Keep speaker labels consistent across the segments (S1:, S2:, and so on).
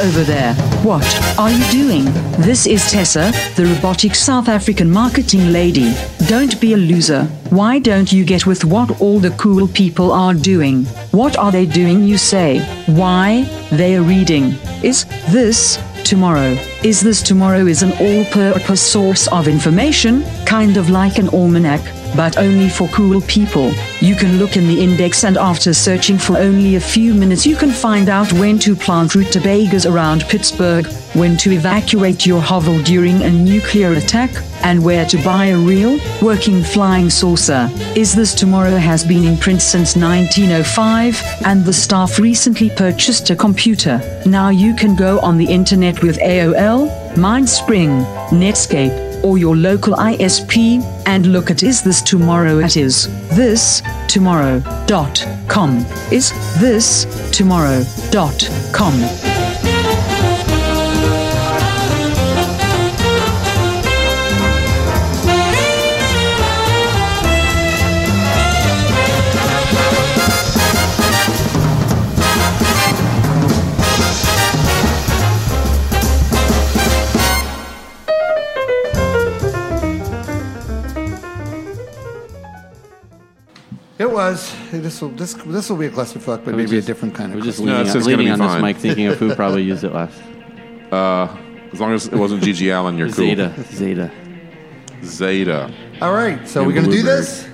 S1: over there? What are you doing? This is Tessa, the robotic South African marketing lady. Don't be a loser. Why don't you get with what all the cool people are doing? What are they doing, you say? Why? They are reading. Is this tomorrow? Is this tomorrow is an all purpose source of information, kind of like an almanac, but only for cool people. You can look in the index, and after searching for only a few minutes, you can find out when to plant rutabagas around Pittsburgh, when to evacuate your hovel during a nuclear attack, and where to buy a real, working flying saucer. Is This Tomorrow has been in print since 1905, and the staff recently purchased a computer. Now you can go on the internet with AOL, Mindspring, Netscape, or your local ISP and look at Is This Tomorrow at is this tomorrow.com. Is this tomorrow.com.
S2: It was. This will this this will be a clusterfuck, but
S3: We're
S2: maybe
S3: just-
S2: a different kind of
S3: We're just
S2: clusterfuck.
S3: leaning,
S4: No, it's
S3: on,
S4: just gonna
S3: leaning
S4: be
S3: on
S4: fine.
S3: this mic, thinking of who probably used it last.
S4: As long as it wasn't Gigi Allen, you're cool.
S3: Zeta, Zeta.
S4: Zeta.
S2: All right, so
S4: And
S2: we're gonna do
S4: blueberry.
S2: this.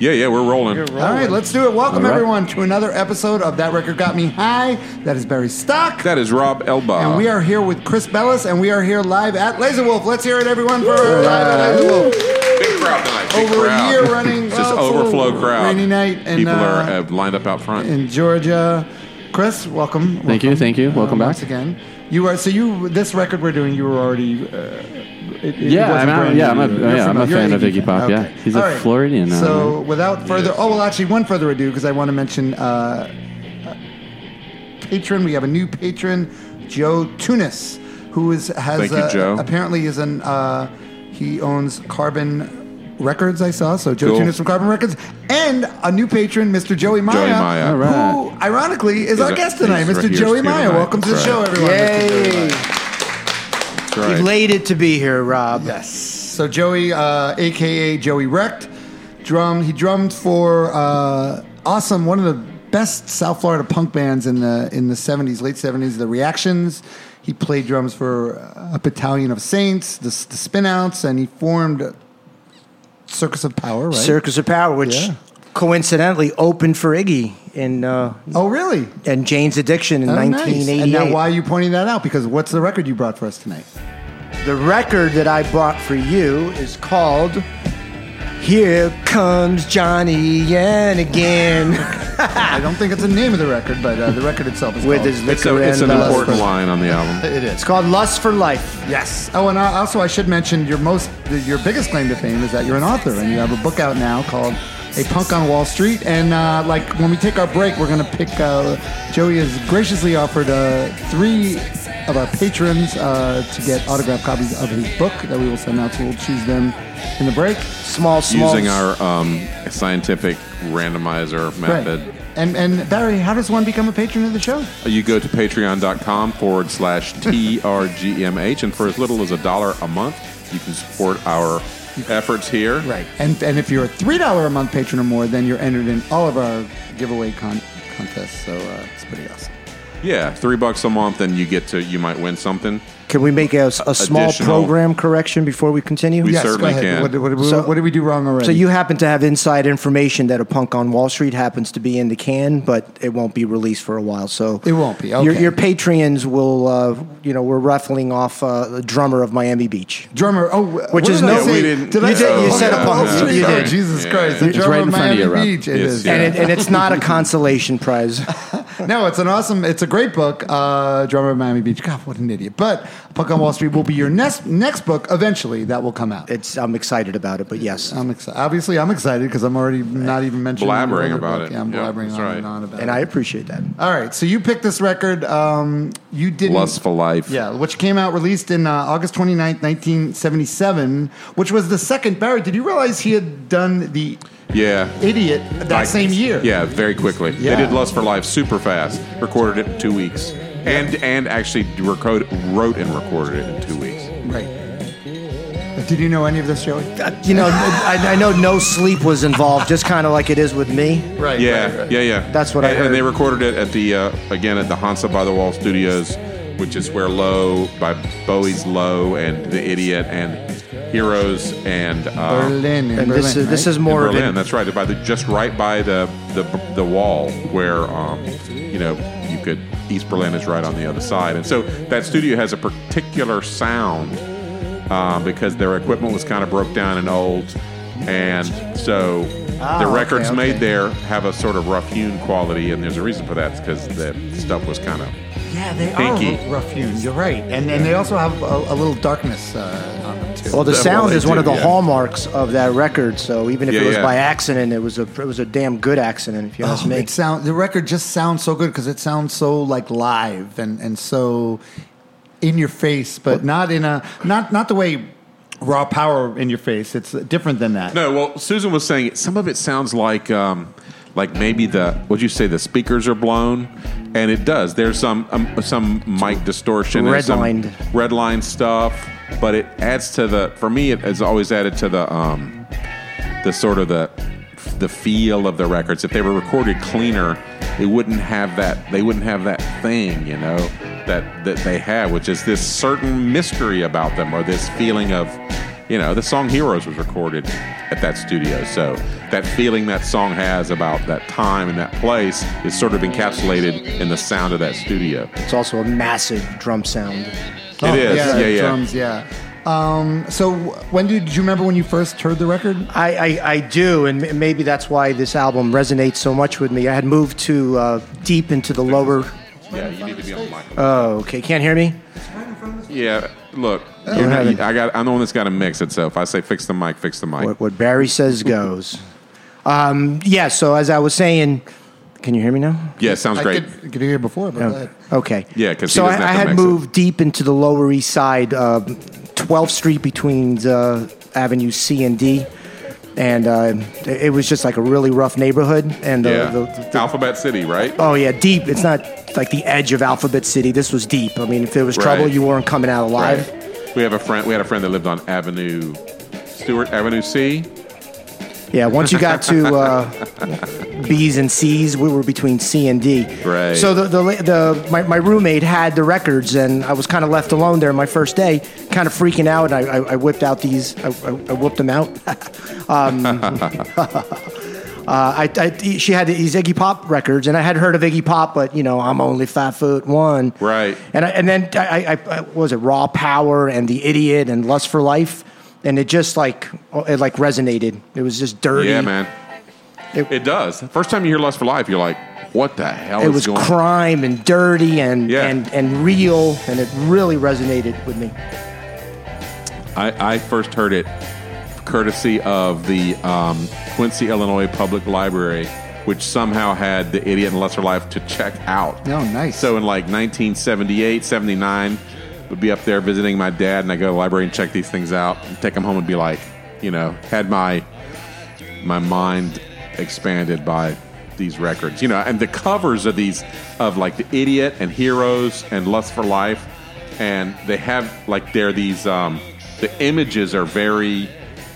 S4: Yeah, yeah, we're rolling.
S2: All right, let's do it. Welcome
S3: All right.
S2: everyone to another episode of That Record Got Me High. That is Barry Stock,
S4: That is Rob Elba.
S2: and we are here with Chris Bellis, and we are here live at Laserwolf. Let's hear it, everyone, for live at Laserwolf.
S4: big crowd tonight. Big
S2: Over
S4: crowd.
S2: a year running,
S4: just
S2: well, it's a
S4: overflow
S2: little
S4: crowd.
S2: rainy night, and
S4: people
S2: uh,
S4: are uh, lined up out front.
S2: in Georgia. Chris, welcome. uh,
S3: Thank you, thank you. Welcome
S2: Once
S3: back.
S2: again, you are so you. This record we're doing, you were already. Uh, it, it
S3: Yeah,
S2: wasn't
S3: I'm a-
S2: brand
S3: yeah,
S2: new.
S3: I'm a-
S2: You're
S3: yeah, I'm a
S2: you're
S3: fan of Iggy Pop,
S2: fan.
S3: yeah. He's a
S2: All right.
S3: Floridian, uh,
S2: So without further, oh well, actually, one further ado, because I want to mention uh, uh, patron. We have a new patron, Joe Tunis, who is has
S4: Thank you,
S2: uh,
S4: Joe.
S2: apparently is an uh, he owns Carbon. Records I saw, so Joe
S4: Cool.
S2: Tunis from Carbon Records, and a new patron, Mr. Joey Maya,
S4: Joey Maya.
S3: All right.
S2: who ironically is
S4: He's
S2: our
S4: a-
S2: guest tonight,
S4: he's
S2: Mr.
S4: right here
S2: Joey
S4: tonight.
S2: Maya. Welcome to the
S4: That's
S2: show,
S4: right.
S2: everyone. Mr. Joey Maya.
S4: That's right.
S5: Elated to be here, Rob.
S2: Yes. So Joey, uh, aka Joey Wrecked, drum. He drummed for uh, awesome, one of the best South Florida punk bands in the in the seventies, late seventies, the Reactions. He played drums for a battalion of Saints, the, the Spinouts, and he formed Circus of Power. Right?
S5: Circus of Power, which
S2: Yeah.
S5: coincidentally opened for Iggy in uh,
S2: Oh, really?
S5: and Jane's Addiction in
S2: Oh, nice.
S5: 1988.
S2: And now, why are you pointing that out? Because what's the record you brought for us tonight?
S5: The record that I bought for you is called "Here Comes Johnny Yan Again"
S2: I don't think it's the name of the record, but uh, the record itself is
S5: with
S2: called-
S5: his
S4: It's,
S5: liquor
S4: a, it's an
S5: and lust.
S4: important line on the album.
S2: It is.
S5: It's called "Lust for Life."
S2: Yes. Oh, and I, also I should mention your most your biggest claim to fame is that you're an author and you have a book out now called A Punk on Wall Street. And uh, like when we take our break, we're gonna pick. Uh, Joey has graciously offered uh, three of our patrons uh, to get autographed copies of his book that we will send out. So we'll choose them in the break.
S5: Small, small.
S4: Using our um, scientific randomizer method.
S2: And and Barry, how does one become a patron of the show?
S4: You go to patreon.com forward slash TRGMH, and for as little as a dollar a month, you can support our efforts here.
S2: Right. And and if you're a three dollar a month patron or more, then you're entered in all of our giveaway con- contests. So uh, it's pretty awesome.
S4: Yeah, three bucks a month, and you get to, you might win something.
S5: Can we make a, a small
S4: Additional-
S5: program correction before we continue?
S4: We
S2: Yes, go
S4: certainly
S2: ahead.
S4: can.
S2: What, what- what-
S5: So-
S2: what did we do wrong already?
S5: So you happen to have inside information that a punk on Wall Street happens to be in the can, but it won't be released for a while. So
S2: It won't be,
S5: Your,
S2: okay.
S5: your Patreons will, uh, you know, we're raffling off uh, the drummer of Miami Beach.
S2: drummer. Oh, wh-
S5: Which
S2: what
S5: is
S2: did I
S5: no-
S2: say?
S4: we didn't-
S2: Did
S4: you
S2: I
S4: did-
S2: say
S5: you
S2: oh,
S5: said a
S2: yeah,
S5: punk-
S2: Wall Street?
S5: you
S2: Oh,
S5: did.
S2: Jesus
S4: Yeah.
S2: Christ! The
S3: It's
S2: drummer
S3: right in
S2: of
S3: front of
S2: Miami
S3: you, Rob.
S2: Beach. It
S4: It's-
S2: is.
S4: yeah.
S5: And, it, and it's not a consolation prize.
S2: No, it's an awesome. It's a great book. Uh, drummer of Miami Beach. God, what an idiot! But Punk on Wall Street will be your next next book eventually. That will come out.
S5: It's I'm excited about it, but yes.
S2: I'm excited. Obviously, I'm excited because I'm already not even mentioning
S4: Blabbering
S2: the
S4: about
S2: book.
S4: it.
S2: Yeah, I'm
S4: Yeah,
S2: blabbering
S4: that's
S2: on
S4: right.
S2: and on about
S5: and
S2: it.
S5: I appreciate that.
S2: All right, so you picked this record. Um, you didn't.
S4: Lust for Life.
S2: Yeah, which came out released in uh, August 29th, 1977, which was the second. Barry, did you realize he had done The
S4: Yeah.
S2: Idiot that
S4: Like-
S2: same year?
S4: Yeah, very quickly.
S2: Yeah.
S4: They did Lust for Life super fast, recorded it in two weeks. and and actually record, wrote and recorded it in two weeks.
S2: Right. Did you know any of this, Joey?
S5: Uh, You know, I, I know no sleep was involved, just kind of like it is with me.
S2: Right.
S4: Yeah, yeah, yeah.
S5: That's what I
S4: and, And they
S5: heard.
S4: recorded it at the uh, again at the Hansa by the Wall Studios, which is where Low by Bowie's Low and The Idiot and Heroes and uh,
S2: Berlin. in
S5: And this
S2: Berlin,
S5: is this
S2: right?
S5: is more
S4: in
S5: of
S4: Berlin.
S5: an
S4: That's right, by the just right by the the, the wall where um, you know you could East Berlin is right on the other side, and so that studio has a particular sound um, because their equipment was kind of broke down and old, and so the
S5: okay,
S4: records
S5: Ah, okay.
S4: made there have a sort of rough hewn quality, and there's a reason for that because the stuff was kind of
S2: Yeah, they
S4: Pinky.
S2: are rough hewn. You're right, and and they also have a, a little darkness uh, on them too.
S5: well, the
S4: Well,
S5: sound
S4: they
S5: is one
S4: do,
S5: of the
S4: yeah.
S5: hallmarks of that record. So even if
S4: Yeah,
S5: it was
S4: yeah.
S5: by accident, it was a it was a damn good accident. If you ask
S2: Oh,
S5: me,
S2: It sound the record just sounds so good because it sounds so like live and and so in your face, but not in a not not the way raw power in your face. It's different than that.
S4: No, well, Susan was saying some of it sounds like um, like maybe the would you say the speakers are blown, and it does. There's some um, some mic distortion, and some
S5: Redlined.
S4: red line stuff, but it adds to the for me it has always added to the um, the sort of the the feel of the records. If they were recorded cleaner, they wouldn't have that. They wouldn't have that thing, you know, that that they have, which is this certain mystery about them, or this feeling of, you know, the song "Heroes" was recorded at that studio, so that feeling that song has about that time and that place is sort of encapsulated in the sound of that studio.
S5: it's also a massive drum sound.
S2: Oh,
S4: it is, yeah,
S2: the
S4: yeah.
S2: drums, yeah. Um, so when did, did you remember when you first heard the record?
S5: I, I, I do, and m- maybe that's why this album resonates so much with me. I had moved to uh, deep into the lower.
S4: Yeah, you need to be on the mic.
S5: Oh, okay, can't hear me.
S4: yeah, look, you're not,
S5: having-
S4: I got. I'm the one that's got to mix it. So if I say fix the mic, fix the mic.
S5: What, what Barry says goes. Um, yeah. So as I was saying, can you hear me now?
S4: Yeah, sounds great.
S2: I could, could hear before, but go ahead.
S5: Okay.
S4: Yeah, 'cause he
S5: so I,
S4: doesn't
S5: I
S4: have to
S5: had
S4: mix it.
S5: moved deep into the Lower East Side, uh, 12th Street between uh, Avenue C and D, and uh, it was just like a really rough neighborhood. And the,
S4: yeah.
S5: the, the-
S4: Alphabet City, right?
S5: oh yeah, deep. It's not like the edge of Alphabet City. This was deep. I mean, if there was trouble,
S4: Right.
S5: you weren't coming out alive.
S4: We have a friend. We had a friend that lived on Avenue Stewart, Avenue C.
S5: Yeah, once you got to uh, B's and C's, we were between C and D.
S4: Right.
S5: So the the, the my, my roommate had the records, and I was kind of left alone there my first day, kind of freaking out. And I, I, I whipped out these, I, I, I whipped them out. um, uh, I, I, she had these Iggy Pop records, and I had heard of Iggy Pop, but you know I'm only five foot one.
S4: Right.
S5: And I, and then I, I, I what was it Raw Power and The Idiot and Lust for Life, and it just like oh, it like resonated. It was just dirty.
S4: Yeah, man.
S5: It-
S4: It, does. First time you hear "Lust for Life," you're like, "What the hell
S5: It
S4: is
S5: was
S4: going?"
S5: crime and dirty and,
S4: Yeah.
S5: and and real, and it really resonated with me.
S4: I, I first heard it courtesy of the um, Quincy, Illinois Public Library, which somehow had the Idiot and Lesser Life to check out.
S2: Oh, nice.
S4: So in like 1978, 79, would be up there visiting my dad, and I go to the library and check these things out, and take them home and be like, you know, had my my mind expanded by these records, you know, and the covers of these of like the idiot and heroes and lust for life, and they have like they're these um, the images are very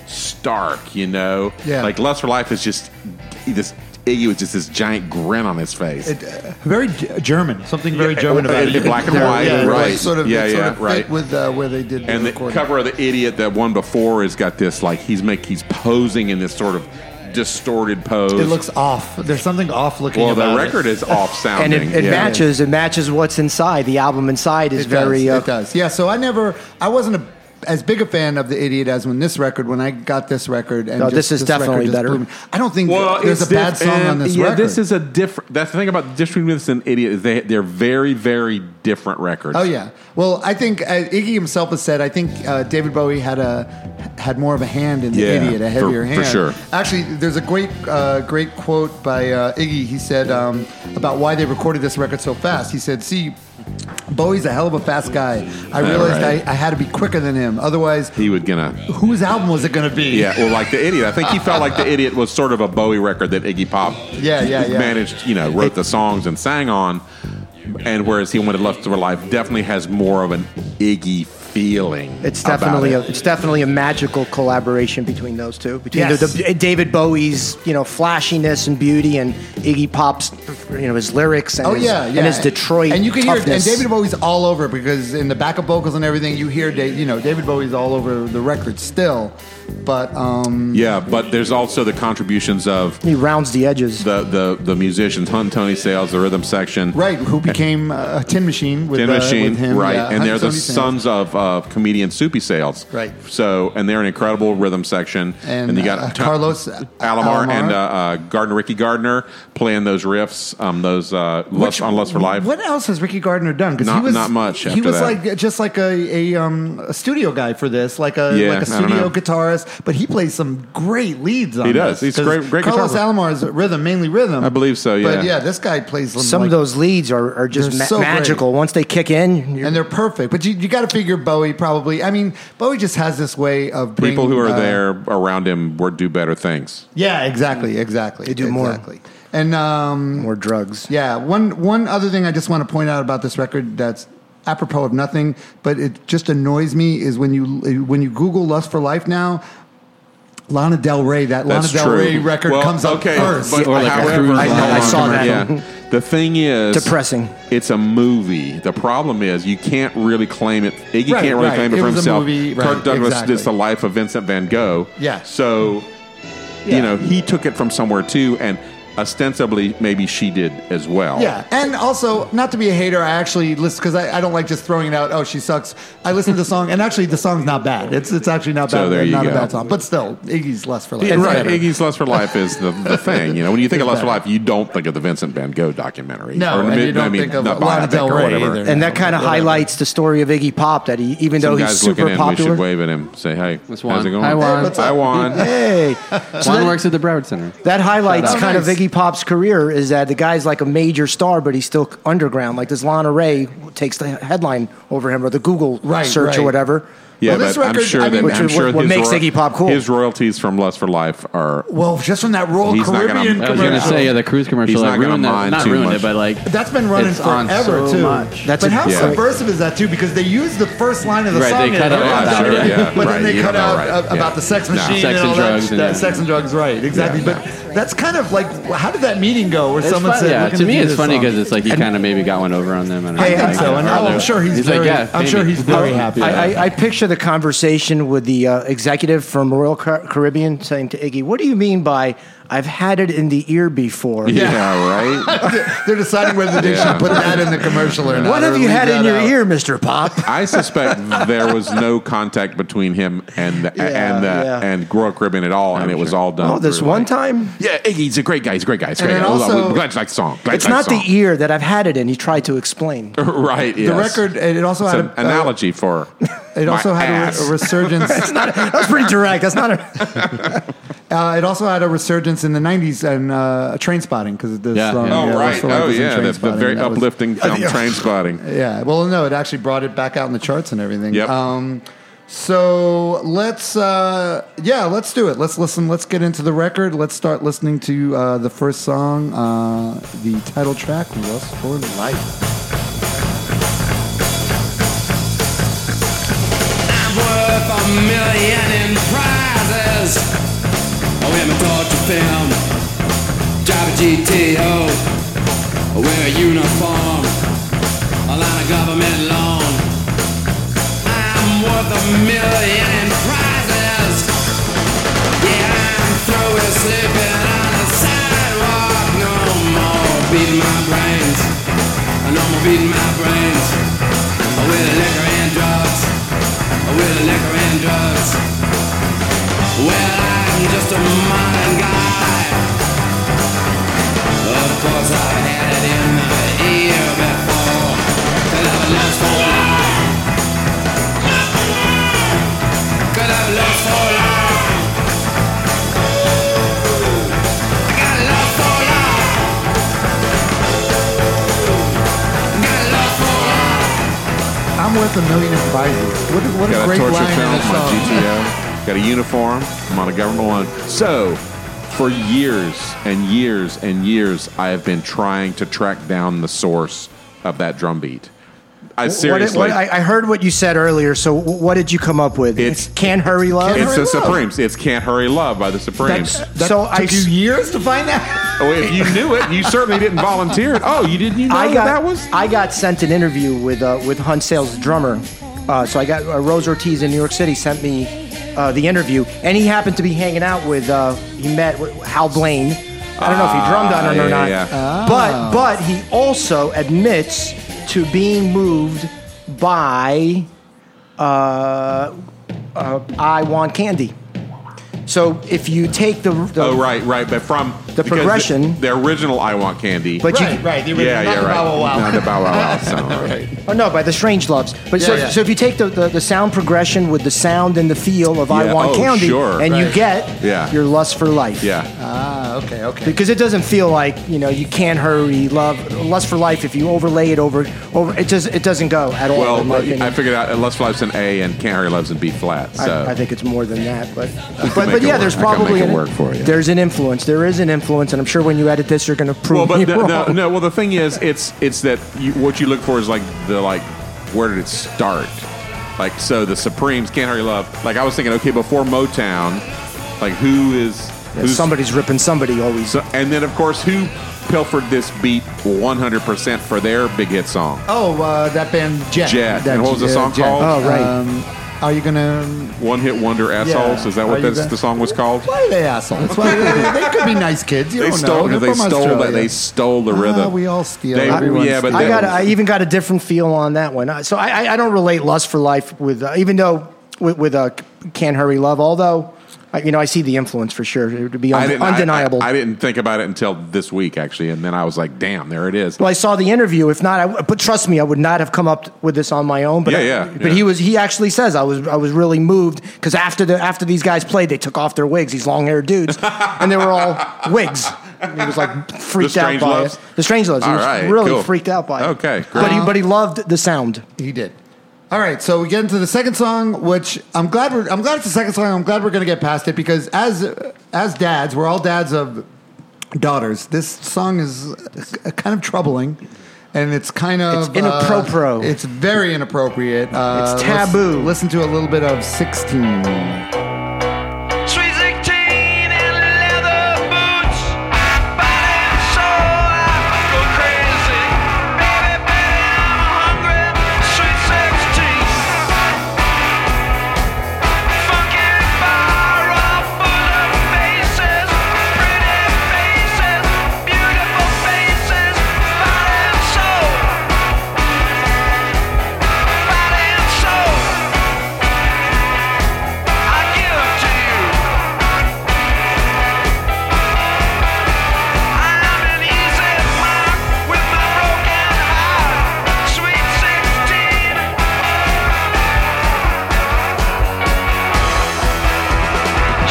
S4: stark, you know,
S2: Yeah.
S4: Like lust for life is just this Iggy was just this giant grin on his face.
S2: It, uh, very G- German, something very German about
S4: and
S2: it.
S4: black and white,
S2: yeah,
S4: right.
S2: like Sort of,
S4: Yeah,
S2: it sort
S4: yeah,
S2: of fit
S4: right.
S2: With uh, where they did
S4: and the
S2: recording.
S4: cover of the idiot that one before has got this like he's make he's posing in this sort of distorted pose.
S2: It looks off. There's something off looking.
S4: well,
S2: about
S4: the
S2: it.
S4: record is off
S5: And
S4: sounding,
S5: it, it
S4: yeah.
S5: matches it matches what's inside. The album inside is
S2: It
S5: very
S2: does,
S5: uh,
S2: it does. Yeah. So I never. I wasn't a, as big a fan of the idiot as when this record. When I got this record, and
S5: No,
S2: just-
S5: this is
S2: record
S5: definitely
S2: just
S5: better.
S2: blew me. I don't think
S4: Well,
S2: there's a
S4: it's
S2: bad
S4: diff-
S2: song on
S4: and,
S2: this
S4: yeah,
S2: record.
S4: this is a different. That's the thing about the difference between this and Idiot is they they're very very different records.
S2: Oh yeah. Well, I think uh, Iggy himself has said. I think uh, David Bowie had a had more of a hand in the
S4: Yeah,
S2: idiot, a
S4: for-
S2: heavier
S4: for
S2: hand.
S4: sure.
S2: Actually, there's a great uh, great quote by uh, Iggy. He said um, about why they recorded this record so fast. He said, "See." Bowie's a hell of a fast guy. I
S4: Yeah,
S2: realized
S4: right.
S2: I, I had to be quicker than him. Otherwise,
S4: He would gonna
S2: whose album was it going to be?
S4: yeah. Well, like the Idiot, I think he felt like the Idiot was sort of a Bowie record that Iggy Pop
S2: Yeah, yeah, yeah.
S4: managed you know wrote the songs and sang on. and whereas he wanted left for life definitely has more of an Iggy feeling.
S5: It's
S4: about
S5: definitely
S4: it.
S5: a, it's definitely a magical collaboration between those two, between the,
S2: Yes.
S5: the, David Bowie's you know flashiness and beauty, and Iggy Pop's you know his lyrics and
S2: Oh
S5: his,
S2: yeah, yeah,
S5: and his Detroit
S2: and you can hear it, and
S5: toughness.
S2: David Bowie's all over because in the backup vocals and everything, you hear Dave, you know David Bowie's all over the record still, but um,
S4: Yeah, but there's also the contributions of
S5: he rounds the edges.
S4: the the, the musicians, Hunt Tony Sales, the rhythm section,
S2: right, who became uh, a Tin Machine with,
S4: Tin
S2: uh,
S4: Machine,
S2: with him,
S4: right?
S2: yeah,
S4: and they're the
S2: Tony Sands.
S4: sons of uh, comedian Soupy Sales,
S2: Right.
S4: So, and they're an incredible rhythm section.
S2: And,
S4: you got
S2: uh,
S4: Tom-
S2: Carlos
S4: Alomar,
S2: Alomar.
S4: and uh, uh, Gardner, Ricky Gardner, playing those riffs, um, those uh, lust, on Lust for Life.
S2: What else has Ricky Gardner done? Because
S4: Not- not much
S2: he
S4: after
S2: was
S4: that.
S2: like just like a a, um, a studio guy for this, like a
S4: Yeah,
S2: like a
S4: I don't
S2: studio
S4: know.
S2: guitarist. But he plays some great leads on.
S4: He does.
S2: this,
S4: He's a
S2: 'cause
S4: great- great
S2: Carlos
S4: guitar
S2: Alomar is rhythm, mainly rhythm.
S4: I believe so,
S2: But
S4: yeah.
S2: yeah, this guy plays some,
S5: Some
S2: like,
S5: of those leads are, are just
S2: They're
S5: ma-
S2: so great.
S5: magical. Once they kick in, you're-
S2: and they're perfect. But you, you got to figure Bowie probably. I mean, Bowie just has this way of bringing,
S4: People who are
S2: uh,
S4: there around him were do better things.
S2: Yeah, exactly, exactly. They
S5: do more.
S2: exactly. And um,
S5: more drugs.
S2: Yeah, one one other thing I just want to point out about this record that's apropos of nothing, but it just annoys me is when you when you Google "Lust for Life" now, Lana Del Rey that
S4: That's
S2: Lana Del
S4: true.
S2: Rey record
S4: Well,
S2: comes up
S4: okay,
S2: first.
S4: But
S3: Or like a
S4: however,
S3: cruise
S5: I know, I line. saw that.
S4: Yeah. The thing is,
S5: Depressing.
S4: It's a movie. The problem is, you can't really claim it. Iggy
S2: Right,
S4: can't really
S2: right.
S4: claim it,
S2: It
S4: for
S2: was a
S4: himself.
S2: movie, right,
S4: Kirk Douglas
S2: exactly.
S4: did the life of Vincent Van Gogh.
S2: Yeah.
S4: So,
S2: Yeah.
S4: you know, he took it from somewhere too, and ostensibly, maybe she did as well.
S2: Yeah, and also not to be a hater, I actually listen because I, I don't like just throwing it out. Oh, she sucks. I listened to the song, and actually the song's not bad. It's it's actually not
S4: So
S2: bad.
S4: there you
S2: not a
S4: go.
S2: bad song, but still, Iggy's less for life.
S4: Yeah,
S2: It's
S4: right.
S2: better.
S4: Iggy's Lust for Life is the, the thing. You know, when you think of Lust for
S2: better.
S4: Life, you don't think of the Vincent Van Gogh documentary.
S2: No, and you don't think of
S4: not
S2: Lana
S4: biopic
S2: Del
S4: or
S2: Rey
S4: whatever.
S2: either.
S5: And that kind of highlights the story of Iggy Pop. That he, even
S4: Some
S5: though he's
S4: guy's looking
S5: super
S4: in. We should
S5: popular,
S4: wave at him. Say, hey,
S3: That's
S4: how's
S3: Juan.
S4: it going?
S3: Hi, Juan. Hey, what's
S4: Hi, Juan.
S5: hey,
S3: Juan works at the Broward Center.
S5: that highlights
S2: out.
S5: kind
S2: Nice.
S5: of Iggy Pop's career. Is that the guy's like a major star, but he's still underground. Like this Lana Ray takes the headline over him, or the Google
S2: Right,
S5: search
S2: right.
S5: or whatever.
S4: Yeah,
S2: Well, this
S4: but I'm
S2: record,
S4: sure
S2: I mean,
S4: that
S2: which
S4: I'm
S5: is
S4: sure
S5: what- what
S4: his
S5: makes Iggy Pop cool.
S4: His royalties from Lust for Life are
S2: Well, just from that Royal
S4: He's not gonna-
S2: Caribbean
S4: I
S3: I was
S2: commercial.
S3: gonna say yeah, the cruise commercial.
S4: He's
S3: like,
S4: not gonna
S3: ruined the-
S4: mind
S3: not
S4: too
S3: ruined
S4: much.
S3: it, but like
S2: That's been running
S3: it's on
S2: forever
S3: so
S2: too.
S3: much.
S5: That's
S2: but
S5: a-
S2: how
S5: yeah.
S2: subversive is that too? Because they use the first line of the
S3: Right,
S2: song,
S3: they
S2: and
S3: cut
S2: everything
S3: out
S2: about
S4: that,
S2: it.
S4: yeah,
S2: but
S4: right,
S2: then they
S4: you
S2: cut
S4: don't know,
S2: out
S4: right,
S2: uh,
S4: yeah.
S2: about the sex
S4: No.
S2: machine
S3: Sex
S2: and
S3: and
S2: all
S3: drugs
S2: that.
S3: and-
S2: that sex and drugs, right? Exactly.
S4: Yeah.
S2: But that's kind of like how did that meeting go? Where
S3: It's
S2: someone
S3: fun-
S2: said,
S3: yeah,
S2: "We're gonna
S3: to me,
S2: do
S3: it's
S2: this
S3: funny
S2: song."
S3: because it's like he kind of maybe got one over on them. And
S2: I think
S3: like,
S2: so, and
S3: uh,
S2: oh, I'm sure he's
S3: like,
S2: very-
S3: yeah,
S2: I'm sure
S3: maybe.
S2: he's very happy.
S5: I, I, I picture the conversation with the uh, executive from Royal Car- Caribbean saying to Iggy, "What do you mean by I've had it in the ear before?
S4: yeah, right.
S2: They're deciding whether they
S4: Yeah.
S2: should put that in the commercial or not.
S5: What
S2: or
S5: have you
S2: leave
S5: had in
S2: that
S5: your
S2: out.
S5: ear, Mister Pop?"
S4: I suspect there was no contact between him and the, and the,
S5: yeah.
S4: and Grow Ribbon at all, and it was
S3: sure.
S4: all done.
S5: Oh, this
S4: through,
S5: one
S4: like-
S5: time.
S4: Yeah, Iggy's a great guy. He's a great guy. He's a
S2: And
S4: great
S2: then
S4: guy.
S2: also-
S4: I'm glad you like the song. Glad
S5: It's
S4: you like
S5: not the E-
S4: song.
S5: ear that I've had it in. He tried to explain.
S4: right.
S2: The
S4: yes.
S2: record it it also
S4: It's
S2: had
S4: an
S2: a, uh,
S4: analogy for
S2: It also
S4: my
S2: had
S4: ass.
S2: a, a resurgence.
S5: that was pretty direct. That's not a.
S2: Uh, it also had a resurgence in the '90s and uh, Train Spotting because the
S3: Yeah,
S2: song.
S3: yeah.
S4: Oh
S2: Lust
S4: right!
S2: for Life
S4: Oh
S2: was in
S4: yeah, the, the
S2: Trainspotting.
S4: very
S2: That was-
S4: uplifting film, Train Spotting.
S2: Yeah. Well, no, it actually brought it back out in the charts and everything.
S4: Yep.
S2: Um, so let's, uh, yeah, let's do it. Let's listen. Let's get into the record. Let's start listening to uh, the first song, uh, the title track, "Lust for Life."
S6: I'm worth a million in prizes. Oh, I am a torture film. Drive a GTO. I wear a uniform. A lot of government loan. I'm worth a million in prizes. Yeah, I'm through with sleeping on the sidewalk. No more beating my brains. No more beating my brains. With liquor and drugs with liquor and drugs. Well, I'm just a modern guy. Of course, I've had it in my ear before. Could have lost for life. Could have lost for life. I got lost for life. Got lost for life.
S2: I'm worth a million in prizes. What, a- what a
S4: Got a
S2: great
S4: torture
S2: line
S4: film,
S2: in a
S4: I'm on
S2: song.
S4: GTO. Got a uniform, I'm on a government loan. So, for years and years and years, I have been trying to track down the source of that drum beat. I
S5: What did-
S4: seriously.
S5: what- I, I heard what you said earlier. So wh- what did you come up with?
S4: It's-
S5: "Can't Hurry Love."
S4: it's the
S2: Hurry Love.
S4: Supremes. It's Can't Hurry Love by the Supremes.
S2: That
S5: so
S2: took
S5: I
S2: you years to find out.
S4: oh, if you knew it, you certainly didn't volunteer it. Oh, you didn't you know
S5: I
S4: that,
S5: got
S4: that was?
S5: I got sent an interview with uh, with Hunt Sales drummer. Uh, so I got uh, Rose Ortiz in New York City sent me uh, the interview, and he happened to be hanging out with uh, he met with Hal Blaine. I don't know if he drummed on
S4: Ah,
S5: him or
S4: yeah,
S5: not,
S4: yeah, yeah.
S5: but but he also admits to being moved by uh, uh, I Want Candy. So if you take the, the
S4: oh, right, right. But from
S5: The
S4: because
S5: progression-
S4: the, the original I Want Candy.
S5: But you-
S2: Right, right. The original,
S4: yeah,
S2: not
S4: yeah,
S2: the
S4: right.
S2: Bow Wow Wow.
S4: Not the Bow oh, Wow Wow song.
S5: Oh no, by the Strange Loves. But so,
S2: Yeah, yeah.
S5: so if you take the, the, the sound progression with the sound and the feel of I
S4: Yeah,
S5: Want
S4: oh,
S5: Candy,
S4: sure.
S5: and you
S2: Right.
S5: get
S4: Yeah.
S5: your lust for life.
S4: Yeah.
S2: Ah, okay, okay.
S5: Because it doesn't feel like you know you can't hurry love lust for life if you overlay it over over it does it doesn't go at all. in
S4: Well,
S5: my opinion.
S4: I figured out Lust for Life's in A and Can't Hurry Love's in B flat. So
S5: I, I think it's more than that, but but,
S4: make
S5: but
S4: it
S5: yeah,
S4: work.
S5: there's
S4: I can make
S5: probably
S4: it
S5: an-
S4: work for you.
S5: there's an influence. There is an influence, and I'm sure when you edit this, you're going to prove
S4: Well,
S5: me
S4: but the,
S5: wrong.
S4: the, no. Well, the thing is, it's it's that you, what you look for is like the like where did it start? Like so, the Supremes can't hurry love. Like I was thinking, okay, before Motown, like who is
S5: Yeah,
S4: who's-
S5: somebody's ripping somebody always.
S4: So, and then of course, who pilfered this beat 100 percent for their big hit song?
S2: Oh, uh, that band Jet.
S4: Jet.
S2: That-
S4: and what was the
S2: yeah,
S4: song
S2: Jet.
S4: called?
S5: oh right.
S2: Um, are you gonna?
S4: One Hit Wonder Assholes.
S2: Yeah.
S4: Is that
S2: Are
S4: what
S2: you
S4: that's,
S2: gonna-
S4: the song was called?
S2: Why are they assholes? Why they, they could be nice kids. You
S4: They
S2: don't
S4: stole.
S2: know. They're
S4: They
S2: from
S4: stole that.
S2: Australia.
S4: They stole the
S2: Ah,
S4: rhythm.
S2: we all steal.
S4: They-
S2: Everyone
S4: yeah, but
S2: steals.
S5: I
S4: they-
S5: got. I even got a different feel on that one. Uh, So I, I, I don't relate lust for life with, uh, even though with, with uh, can't hurry love. Although, I, you know, I see the influence for sure. It would be
S4: I
S5: un-
S4: didn't, I-
S5: undeniable.
S4: I, I didn't think about it until this week, actually, and then I was like, "Damn, there it is."
S5: well, I saw the interview. If not, I, w- but trust me, I would not have come up with this on my own. But
S4: Yeah,
S5: I-
S4: yeah,
S5: But
S4: yeah.
S5: he was. He actually says I was. I was really moved because after the after these guys played, they took off their wigs. These long haired dudes, and they were all wigs. And He was like freaked out
S4: Strange
S5: by
S4: Loves?
S5: it. The Strange Loves. He
S4: All
S5: was
S4: right,
S5: really
S4: cool.
S5: freaked out by it.
S4: Okay, great.
S5: But he, but he loved the sound.
S2: He did. All right, so we get into the second song, which I'm glad we're I'm glad it's the second song. I'm glad we're going to get past it because as as dads, we're all dads of daughters. This song is uh, kind of troubling, and it's kind of
S5: It's inapproprio.
S2: uh, it's very inappropriate. Uh,
S5: It's taboo.
S2: let's Listen to a little bit of 16.
S7: Sweet 16 in leather boots. Body and soul, I go crazy. Baby, baby, I'm hungry. Sweet 16. Funky bar, all full of faces. Pretty faces, beautiful faces. Body and soul. Body and soul. I give to you. I'm an easy mark with my broken heart. Sweet sixteen.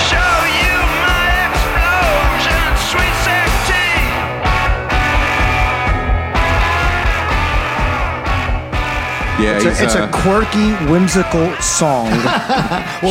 S7: Show you my explosion. Sweet sixteen.
S4: yeah,
S5: It's
S4: he's,
S5: a, it's a
S4: uh,
S5: quirky, whimsical song.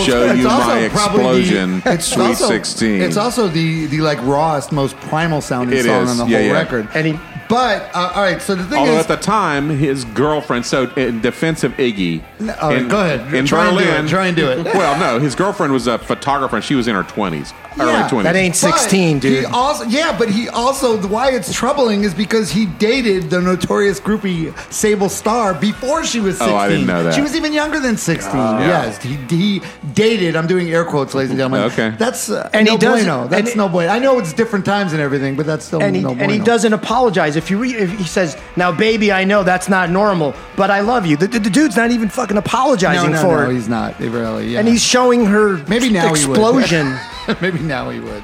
S4: show
S2: it's
S4: you
S2: also
S4: my
S2: probably the-
S4: explosion.
S2: it's
S4: Sweet
S2: also-
S4: 16.
S2: It's also the the like rawest, most primal sounding
S4: It
S2: song
S4: is.
S2: on the
S4: Yeah,
S2: whole
S4: yeah.
S2: record.
S5: and he,
S2: But uh, all right, so the thing
S4: Although
S2: is,
S4: at the time, his girlfriend, so in defense of Iggy,
S2: all right,
S4: in-
S2: go ahead.
S4: In
S2: Try and do
S4: Berlin,
S2: it. Try and do it.
S4: Well, no, his girlfriend was a photographer, and she was in her twenties,
S2: Yeah,
S4: early twenties.
S5: that ain't
S2: But
S5: 16,
S2: He
S5: dude.
S2: also, yeah, but he also why it's troubling is because he dated the notorious groupie Sable Star before she was
S4: Oh,
S2: sixteen.
S4: I didn't know that.
S2: She was even younger than sixteen. Yes, he, he dated. I'm doing air quotes, ladies and gentlemen.
S4: Okay.
S2: that's uh,
S5: And
S2: no
S5: he doesn't-
S2: bueno.
S5: and
S2: That's
S5: it-
S2: no bueno. I know it's different times and everything, but that's still
S5: and he,
S2: no bueno.
S5: and he doesn't apologize. If you re, if he says, "Now, baby, I know that's not normal, but I love you," the, the, the dude's not even fucking
S2: No,
S5: apologizing
S2: no,
S5: for
S2: no,
S5: it,
S2: he's not. He Really, yeah.
S5: and he's showing her
S2: maybe now
S5: explosion.
S2: He would. maybe now he would.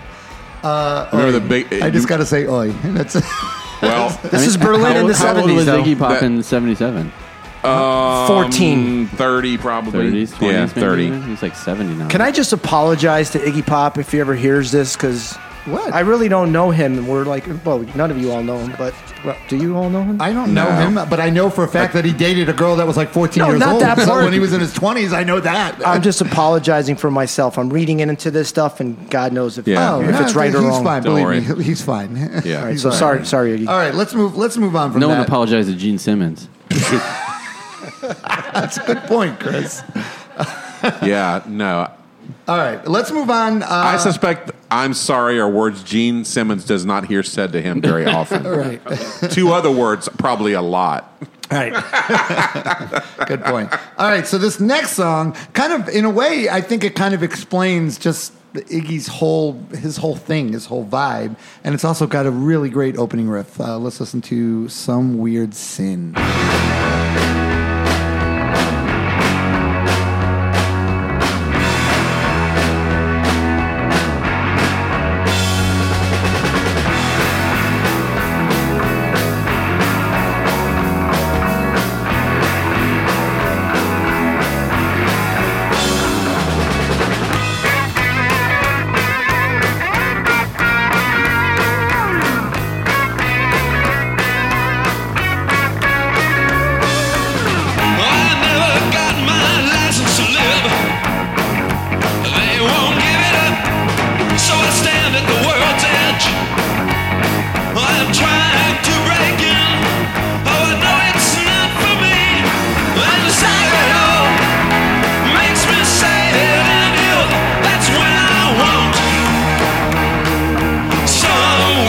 S4: Remember the big?
S2: I just got to say, oi. That's
S4: well.
S5: this is Berlin in the
S3: How old
S5: seventies,
S3: was
S5: though.
S3: Iggy Pop
S4: That-
S3: in 77?
S4: um,
S5: 14.
S4: 30 probably.
S3: 30s, 20s,
S4: yeah,
S3: maybe
S4: 30.
S3: even? He's like 70 now.
S5: Can I just apologize to Iggy Pop if he ever hears this? Because
S2: What?
S5: I really don't know him. We're like, well, none of you all know him, but well, do you all know him?
S2: I don't know
S4: No.
S2: him, but I know for a fact that he dated a girl that was like 14
S5: No,
S2: years
S5: not
S2: old
S5: that
S2: So
S5: part.
S2: when he was in his 20s. I know that.
S5: I'm just apologizing for myself. I'm reading into this stuff, and God knows if,
S4: Yeah.
S2: Oh,
S5: if
S2: no,
S5: it's right or
S2: he's
S5: wrong.
S2: fine.
S4: Don't
S2: Believe
S4: worry.
S2: me, he's fine.
S4: Yeah.
S5: All right,
S2: He's
S5: so
S2: all right.
S5: sorry, Uh, sorry. Iggy.
S2: All right, let's move. Let's move on from
S3: No one
S2: that.
S3: apologized to Gene Simmons.
S2: That's a good point, Chris.
S4: yeah, no.
S2: All right, let's move on. Uh,
S4: I suspect I'm sorry are words Gene Simmons does not hear said to him very often.
S2: right.
S4: Two other words, probably a lot.
S2: All right. Good point. All right. So this next song, kind of in a way, I think it kind of explains just Iggy's whole his whole thing, his whole vibe, and it's also got a really great opening riff. Uh, let's listen to some weird sin.
S7: Oh, Some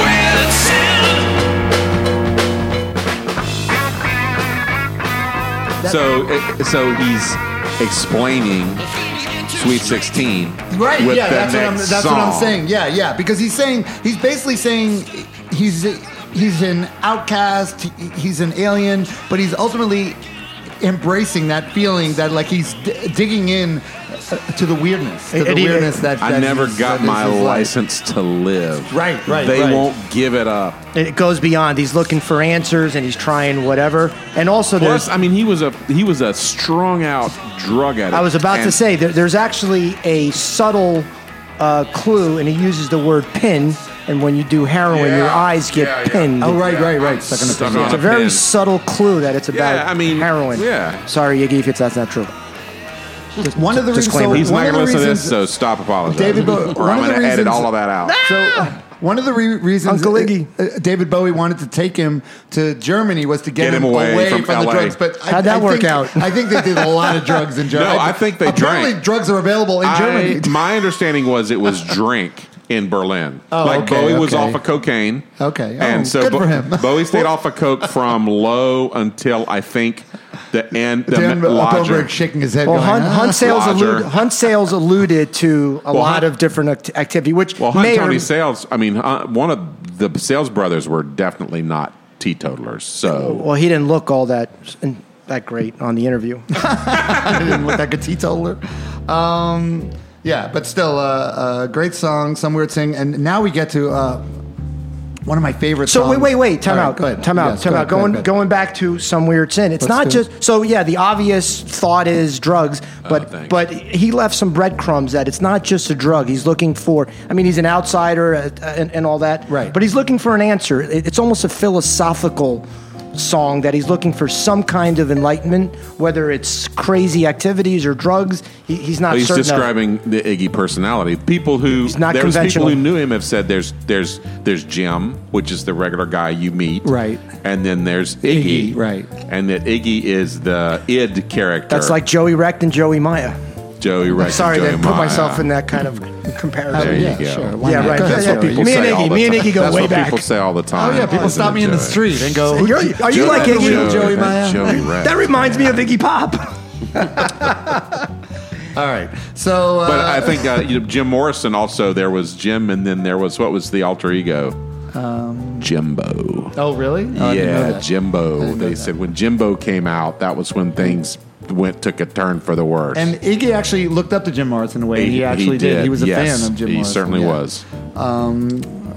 S7: weird sin.
S4: So it, so he's explaining Sweet 16.
S2: Right.
S4: with
S2: yeah.
S4: the
S2: That's what I'm.
S4: next
S2: That's what I'm
S4: song.
S2: saying. Yeah. Yeah. Because he's saying he's basically saying he's he's an outcast. he- He's an alien, but he's ultimately embracing that feeling that like he's d- digging in uh, to the weirdness, to
S5: And-
S2: the
S5: and he-
S2: weirdness that,
S4: I
S2: that
S4: never
S2: is-
S4: got
S2: that is
S4: my
S2: his life.
S4: license to live.
S2: Right, right,
S4: They
S2: right.
S4: won't give it up.
S5: It goes beyond. He's looking for answers, and he's trying whatever. And also, there's
S4: Plus, I mean, he was a he was a strung out drug addict.
S5: I was about to
S4: and-
S5: say there, there's actually a subtle uh, clue, and he uses the word pin. And when you do heroin, your
S4: Yeah,
S5: eyes get
S4: yeah, yeah.
S5: pinned.
S2: Oh, right, right, right.
S4: Stuck
S2: Second
S4: on
S5: It's a
S4: a
S5: very
S4: pin.
S5: subtle clue that it's about
S4: Yeah, I mean,
S5: heroin.
S4: yeah.
S5: Sorry, Iggy, if it's, that's not true.
S2: One of the reasons.
S5: Disclaimer.
S2: So
S4: He's
S2: one
S4: not
S2: of
S4: going to
S2: the
S4: listen to this,
S2: reasons,
S4: so stop apologizing.
S2: David Bo-
S4: or
S2: one
S4: I'm
S2: of the
S4: going to edit
S2: reasons-
S4: all of that out.
S2: So uh, one of the re- reasons
S5: Ah. Uncle Iggy.
S2: uh, uh, David Bowie wanted to take him to Germany was to get,
S4: Get him away from
S2: from, the
S4: LA.
S2: drugs. But I-
S5: How'd that
S2: I
S5: work
S2: think-
S5: out?
S2: I think they did a lot of drugs in Germany.
S4: No, I think they
S2: apparently
S4: drank.
S2: drugs are available in
S4: I,
S2: Germany.
S4: my understanding was it was drink in Berlin.
S2: Oh,
S4: like
S2: okay,
S4: Bowie was
S2: okay.
S4: off of cocaine.
S2: Okay, oh,
S4: and so
S2: good for him.
S4: Bowie stayed off of coke from low until I think the end. The
S2: Dan
S4: me- lodger.
S2: Bilberg shaking his head.
S5: Well,
S2: going,
S5: Hunt,
S2: "Ah."
S5: Hunt Sales
S4: Lodger.
S5: alluded, Hunt Sales alluded to a
S4: Well,
S5: lot
S4: Hunt-
S5: of different act- activity, which
S4: Well, Hunt
S5: may or,
S4: Tony Sales. I mean, uh, one of the Sales brothers were definitely not teetotalers. So
S2: Oh,
S5: well, he didn't look all that that great on the interview.
S2: I didn't look like a teetotaler. Um, yeah, but still, uh, uh, great song, some weird thing. And now we get to uh, one of my favorite
S5: So
S2: songs.
S5: wait, wait, wait. Time
S2: Um, All right,
S5: out.
S2: go ahead.
S5: Time out.
S2: Yes,
S5: time
S2: go
S5: out.
S2: ahead, go
S5: Going
S2: ahead, go ahead.
S5: going back to some weird sin. It's
S2: Let's
S5: not
S2: do it.
S5: just so. Yeah, the obvious thought is drugs, but
S4: Oh, thanks.
S5: but he left some breadcrumbs that it's not just a drug. He's looking for. I mean, he's an outsider uh, and, and all that.
S2: Right.
S5: But he's looking for an answer. It- It's almost a philosophical song that he's looking for some kind of enlightenment, whether it's crazy activities or drugs. He, he's not.
S4: he's
S5: certain of.
S4: describing the Iggy personality. People who
S5: He's not
S4: there's people
S5: conventional.
S4: who knew him have said there's there's there's Jim, which is the regular guy you meet,
S2: Right.
S4: And then there's Iggy,
S2: Iggy, right.
S4: And that Iggy is the id character.
S5: That's like Joey Recht and Joey Maya.
S4: Joey. Rex
S5: I'm
S4: and
S5: sorry
S4: Joey
S5: to put
S4: Maya.
S5: myself in that kind of comparison.
S4: There
S2: Yeah,
S4: you go.
S2: sure. Why
S5: Yeah,
S2: not?
S5: right.
S2: Go ahead,
S4: That's
S5: Yeah,
S4: what
S5: yeah.
S4: people
S5: Me
S4: say
S5: and
S4: all
S5: Iggy-
S4: the
S5: me and
S4: time.
S5: Iggy go
S4: That's
S5: way
S4: what
S5: back.
S4: People say all the
S2: Oh
S4: time.
S2: yeah, people stop me in the street and go.
S5: You're- are you like Iggy?
S2: Joey, Joey
S4: that
S2: Maya?
S4: Joey Rex.
S5: That reminds me of Iggy Pop.
S2: All right. So, uh,
S4: But I think uh, you know, Jim Morrison also there was Jim, and then there was what was the alter ego?
S5: Um,
S4: Jimbo.
S2: oh really? Oh, I didn't know
S4: yeah,
S2: that.
S4: Jimbo.
S2: didn't know
S4: They
S2: that.
S4: said when Jimbo came out, that was when things went took a turn for the worse.
S2: And Iggy actually looked up to Jim Morrison in a way. He, actually did. He was a
S4: yes.
S2: fan of Jim
S4: He
S2: Morrison.
S4: certainly
S2: yeah.
S4: was.
S2: Um,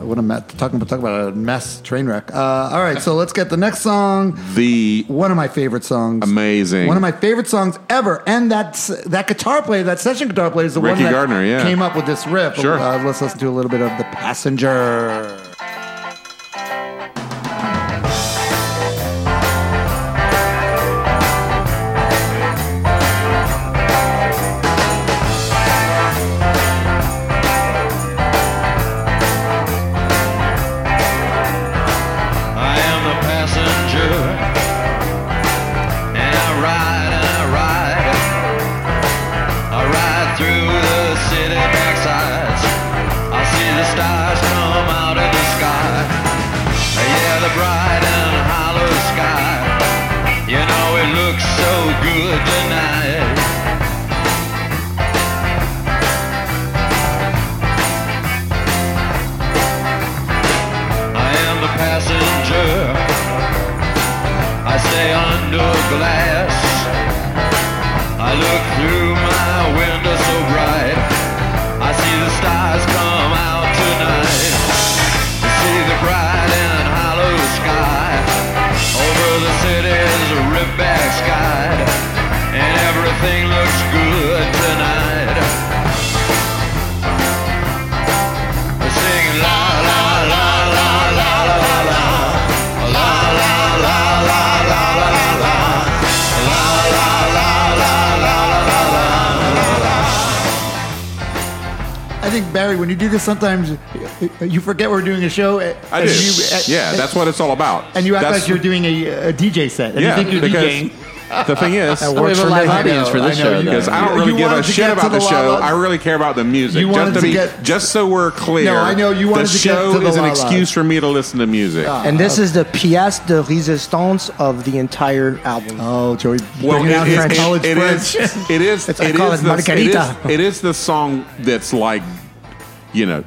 S2: what a mess. Talking about, talking about a mess train wreck. Uh, all right, so let's get the next song.
S4: The
S2: One of my favorite songs.
S4: Amazing.
S2: One of my favorite songs ever. And that that guitar player, that session guitar player, is the one
S4: Ricky
S2: that
S4: Gardner, yeah.
S2: came up with this riff.
S4: Sure.
S2: Uh, let's listen to a little bit of the passenger.
S8: I am the passenger. And I ride and I ride. I ride through the city backsides. I see the stars come out of the sky. Yeah, the bright and hollow sky. You know it looks so good tonight. I am the passenger. I stay under glass. I look through my window so bright. I see the stars come out tonight. I see the bright and hollow sky over the city's rip back sky. And everything looks good tonight. Sing la la la la la la la la la la la la la la la la la la la
S2: I think Barry, when you do this, sometimes you forget we're doing a show.
S4: I do. yeah, that's what it's all about.
S2: And you act
S4: That's-
S2: like you're doing a, a DJ set, and
S4: yeah,
S2: you think you're
S4: because
S2: DJing.
S4: the thing is,
S2: That works
S3: have
S2: for
S3: a live
S2: me.
S3: audience
S2: I
S3: for this
S2: know,
S3: show,
S2: I know.
S3: though.
S4: because I don't
S2: You
S4: really give
S2: wanted
S4: a
S2: to
S4: shit
S2: get to
S4: about the,
S2: la-
S4: show.
S2: la-
S4: I really care about the music.
S2: You
S4: just
S2: wanted
S4: to
S2: to
S4: be,
S2: get-
S4: just so we're clear.
S2: No, I know, you wanted
S4: the
S2: to get
S4: show
S2: to the Ah.
S4: is an
S2: la- la.
S4: excuse for me to listen to music.
S5: And this is the pièce de résistance of the entire album.
S2: Oh, Joey,
S4: Well,
S2: bringing out
S4: it-
S2: French,
S4: it-
S2: college
S4: it
S2: French.
S4: is. It is.
S5: It's- I
S4: it
S5: call
S4: is
S5: it
S4: the-
S5: Margarita.
S4: It is, it is the song that's like, you know,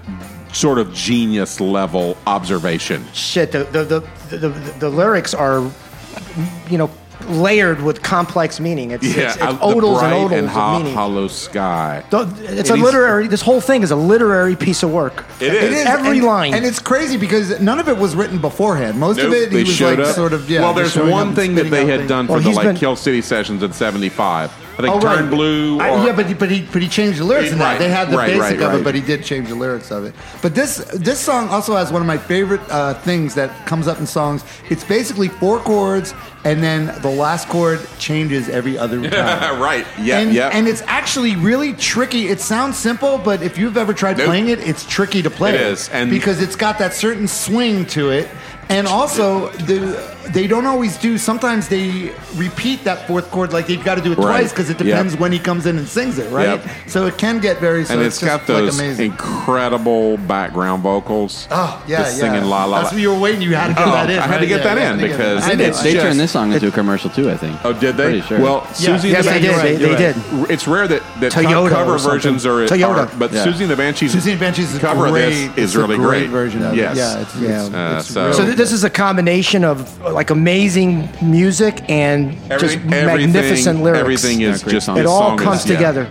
S4: sort of genius level observation.
S5: Shit, the the, the, the, the the lyrics are, you know, layered with complex meaning. It's, it's, it's
S4: I- the
S5: odals and
S4: bright
S5: odals
S4: and ho-
S5: of meaning.
S4: hollow sky.
S5: The- it's a
S4: It is-
S5: literary. This whole thing is a literary piece of work.
S4: It is.
S5: Every
S2: and,
S5: line.
S2: and it's crazy because none of it was written beforehand. Most
S4: Nope,
S2: of it, he
S4: they
S2: was
S4: showed
S2: like
S4: up.
S2: sort of yeah.
S4: well,
S2: just
S4: there's
S2: showing up
S4: one
S2: and
S4: thing that
S2: spitting
S4: they
S2: out
S4: had
S2: things.
S4: done for
S5: Well,
S4: the
S5: he's
S4: like
S5: been-
S4: Kill City sessions in '75. I think
S2: Oh,
S4: Turn
S2: right.
S4: Blue. Or,
S2: I- yeah, but he, but he but he changed the lyrics in that.
S4: Right,
S2: They had the
S4: right,
S2: basic
S4: right,
S2: of
S4: right.
S2: it, but he did change the lyrics of it. But this this song also has one of my favorite uh, things that comes up in songs. It's basically four chords, and then the last chord changes every other time.
S4: Uh, right. Yeah.
S2: and,
S4: yeah.
S2: and it's actually really tricky. It sounds simple, but if you've ever tried
S4: Nope.
S2: playing it, it's tricky to play.
S4: It is, and-
S2: because it's got that certain swing to it, and also the, they don't always do. Sometimes they repeat that fourth chord, like they've got to do it
S4: Right.
S2: twice because it depends
S4: Yep.
S2: when he comes in and sings it, right?
S4: Yep.
S2: So it can get very. So
S4: and
S2: it's,
S4: it's got
S2: just,
S4: those
S2: like amazing.
S4: incredible background vocals.
S2: Oh yeah,
S4: just
S2: yeah.
S4: singing la la.
S2: That's
S4: la.
S2: what you were waiting. You had to get
S4: Oh,
S2: that in.
S4: I had to
S2: right?
S4: get that
S2: you
S4: in
S2: had to get
S4: because
S2: that in.
S4: it-
S2: I
S4: it's
S2: know.
S3: They turned
S4: just-
S3: this song into a commercial too, I think.
S4: Oh, did they?
S3: Pretty sure.
S4: Well,
S2: Yeah.
S4: Susie.
S2: Yes,
S4: and the
S2: they did.
S4: Banshees-
S2: They- they
S5: did.
S4: It's rare that that co-
S5: Toyota
S4: cover
S5: or something.
S4: versions are,
S5: Toyota.
S4: are- but
S3: Yeah.
S4: Susie and the Banshees.
S2: Susie and the Banshees is a
S4: cover of
S2: great,
S4: this
S2: it's
S4: is
S2: a
S4: really
S2: great
S4: great
S2: version of
S4: yes.
S2: it. Yeah, it's,
S5: Yeah.
S2: it's,
S4: Uh,
S2: it's
S4: so-
S2: real
S5: So th- this is a combination of uh, like amazing music and just
S4: Everything-
S5: magnificent
S4: everything-
S5: lyrics.
S4: Everything is
S3: Yeah, great
S4: just
S3: song.
S4: this
S5: It all
S4: song is-
S5: comes
S4: yeah.
S5: together.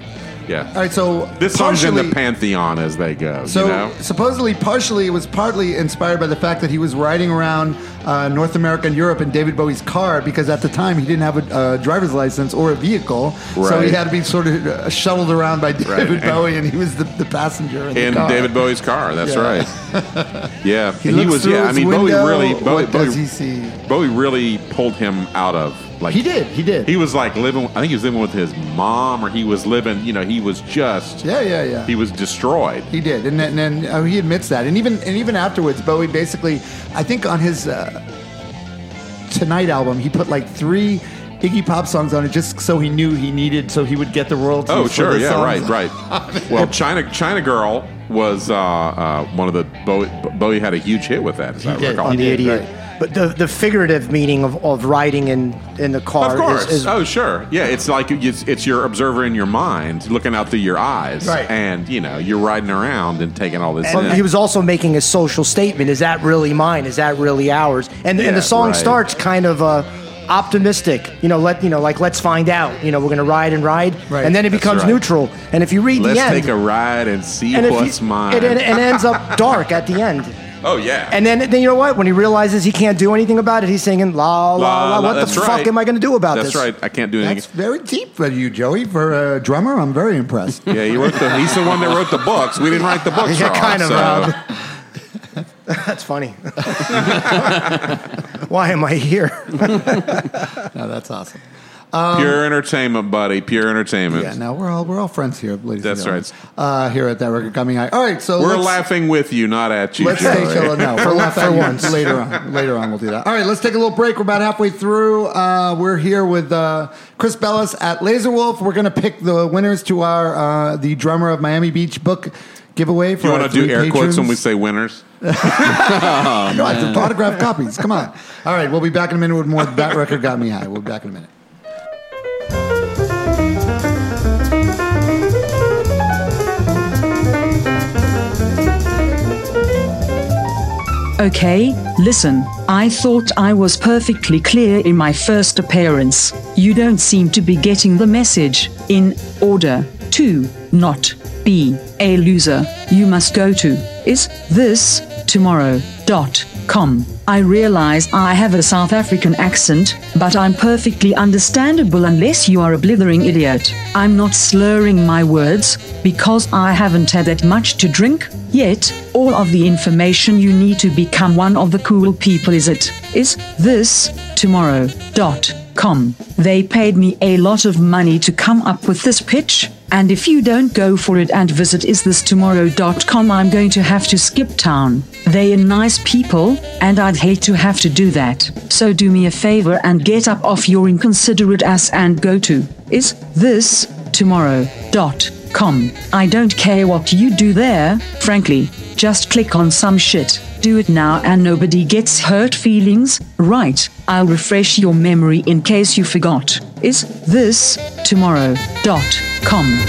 S4: Yeah.
S2: All right, so
S4: This song's in the
S2: partially-
S4: pantheon as they go.
S2: So
S4: you know?
S2: supposedly, partially, it was partly inspired by the fact that he was riding around uh, North America and Europe in David Bowie's car because at the time he didn't have a uh, driver's license or a vehicle, so he
S4: Right.
S2: had to be sort of uh, shuttled around by David
S4: Right, and-
S2: Bowie, and he was the, the passenger in,
S4: in
S2: the car.
S4: David Bowie's car. That's
S2: Yeah.
S4: right. Yeah,
S2: He
S4: and
S2: looks through
S4: Yeah, I
S2: his
S4: mean, Bowie
S2: window,
S4: really. Bowie,
S2: what
S4: Bowie-
S2: does he see?
S4: Bowie really pulled him out of like.
S2: He did, he did.
S4: He was like living. I think he was living with his mom, or he was living. You know, he was just.
S2: Yeah, yeah, yeah.
S4: He was destroyed.
S2: He did, and then, and then oh, he admits that, and even and even afterwards, Bowie basically, I think on his uh, Tonight album, he put like three Iggy Pop songs on it just so he knew he needed, so he would get the royalties.
S4: Oh
S2: for
S4: sure,
S2: the
S4: yeah,
S2: songs.
S4: right, right. well, China China Girl was uh, uh, one of the Bowie, Bowie had a huge hit with that. As I
S2: did,
S4: recall.
S2: he
S5: on the
S2: did,
S5: idiot.
S2: right.
S5: But the, the figurative meaning of, of riding in, in the car
S4: Of course.
S5: is, is
S4: oh, sure. Yeah, it's like it's, it's your observer in your mind, looking out through your eyes,
S2: Right.
S4: and you know you're riding around and taking all this.
S5: Well,
S4: in.
S5: he was also making a social statement. Is that really mine? Is that really ours? And and
S4: Yeah,
S5: the song
S4: right.
S5: starts kind of uh, optimistic. You know, let you know, like let's find out. You know, we're gonna ride and ride,
S2: Right.
S5: and then it
S4: That's
S5: becomes
S4: right.
S5: neutral. And if you read
S4: Let's
S5: the end,
S4: take a ride and see
S5: E and if
S4: what's
S5: you-
S4: mine.
S5: It, it, it ends up dark at the end.
S4: Oh yeah.
S5: And then, then you know what? When he realizes he can't do anything about it, he's singing la la la. what
S4: that's
S5: the fuck
S4: right.
S5: am I going to do about
S4: that's
S5: this?
S4: right. I can't do
S2: That's
S4: anything.
S2: very deep for you, Joey. For a drummer, I'm very impressed.
S4: yeah, he wrote the. He's the one that wrote the books. We didn't write the books.
S5: Yeah,
S4: Rob,
S5: kind of,
S4: so-
S5: Rob. That's funny. Why am I here?
S2: No, that's awesome.
S4: Pure entertainment, buddy. Pure entertainment.
S2: Yeah, now we're all we're all friends here, ladies.
S4: That's
S2: and
S4: right.
S2: gentlemen. Uh, here at that record coming out. All right, so
S4: We're
S2: let's-
S4: laughing with you, not at you,
S2: Let's stay
S4: Joey.
S2: chill. No, we'll laugh at once. Later on, later on, we'll do that. All right, let's take a little break. We're about halfway through. Uh, we're here with uh, Chris Bellis at Laserwolf. We're going to pick the winners to our uh, the drummer of Miami Beach book giveaway. For
S4: You
S2: want to
S4: do air quotes when we say winners?
S2: no, I have autographed copies. Come on. All right, we'll be back in a minute with more. That record got me high. We'll be back in a minute.
S1: Okay, listen, I thought I was perfectly clear in my first appearance. You don't seem to be getting the message. In order to not be a loser, you must go to is this tomorrow.com. I realize I have a South African accent, but I'm perfectly understandable unless you are a blithering idiot. I'm not slurring my words because I haven't had that much to drink yet. All of the information you need to become one of the cool people is at is this tomorrow.com. They paid me a lot of money to come up with this pitch, and if you don't go for it and visit isthistomorrow.com, I'm going to have to skip town. They are nice people, and I'd hate to have to do that. So do me a favor and get up off your inconsiderate ass and go to is this tomorrow.com com. I don't care what you do there, frankly. Just click on some shit. Do it now and nobody gets hurt feelings. Right, I'll refresh your memory in case you forgot. Is this tomorrow.com?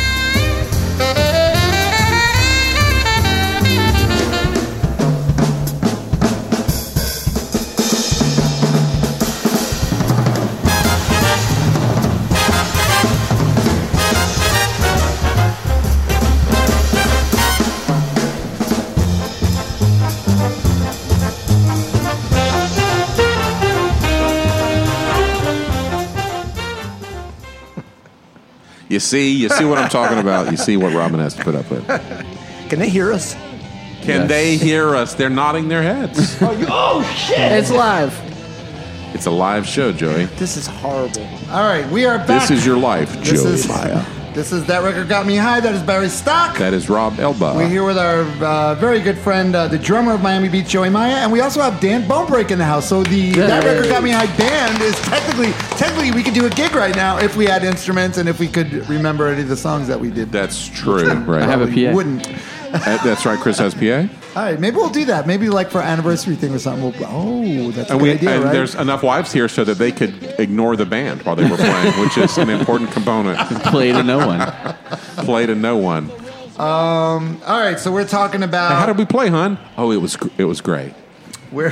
S4: You see, you see what I'm talking about. You see what Robin has to put up with. Can
S5: Can they hear us?
S3: Yes.
S4: they hear us? They're nodding their heads.
S9: It's live.
S4: it's a live show, Joey.
S5: This is horrible.
S2: All right, we are back.
S4: This is your life,
S2: This
S4: Joey
S2: is-
S4: Maya.
S2: This is that record got me high. That is Barry Stock.
S4: That is Rob Elba.
S2: We're here with our uh, very good friend, uh, the drummer of Miami Beach, Joey Maya, and we also have Dan Bonebreak in the house. So the that record got me high band is technically technically we could do a gig right now if we had instruments and if we could remember any of the songs that we did.
S4: That's true. Right.
S3: I have a
S2: Probably
S3: PA.
S2: Wouldn't.
S4: Uh, That's right. Chris has PA.
S2: All right, maybe we'll do that. Maybe like for anniversary thing or something. We'll, oh, that's a
S4: And,
S2: good
S4: we,
S2: idea,
S4: and
S2: right?
S4: there's enough wives here so that they could ignore the band while they were playing, which is an important component.
S3: Play to no one.
S4: Play to no one.
S2: All right, so we're talking about
S4: How did we play, hon? Oh, it was gr- it was great.
S2: we're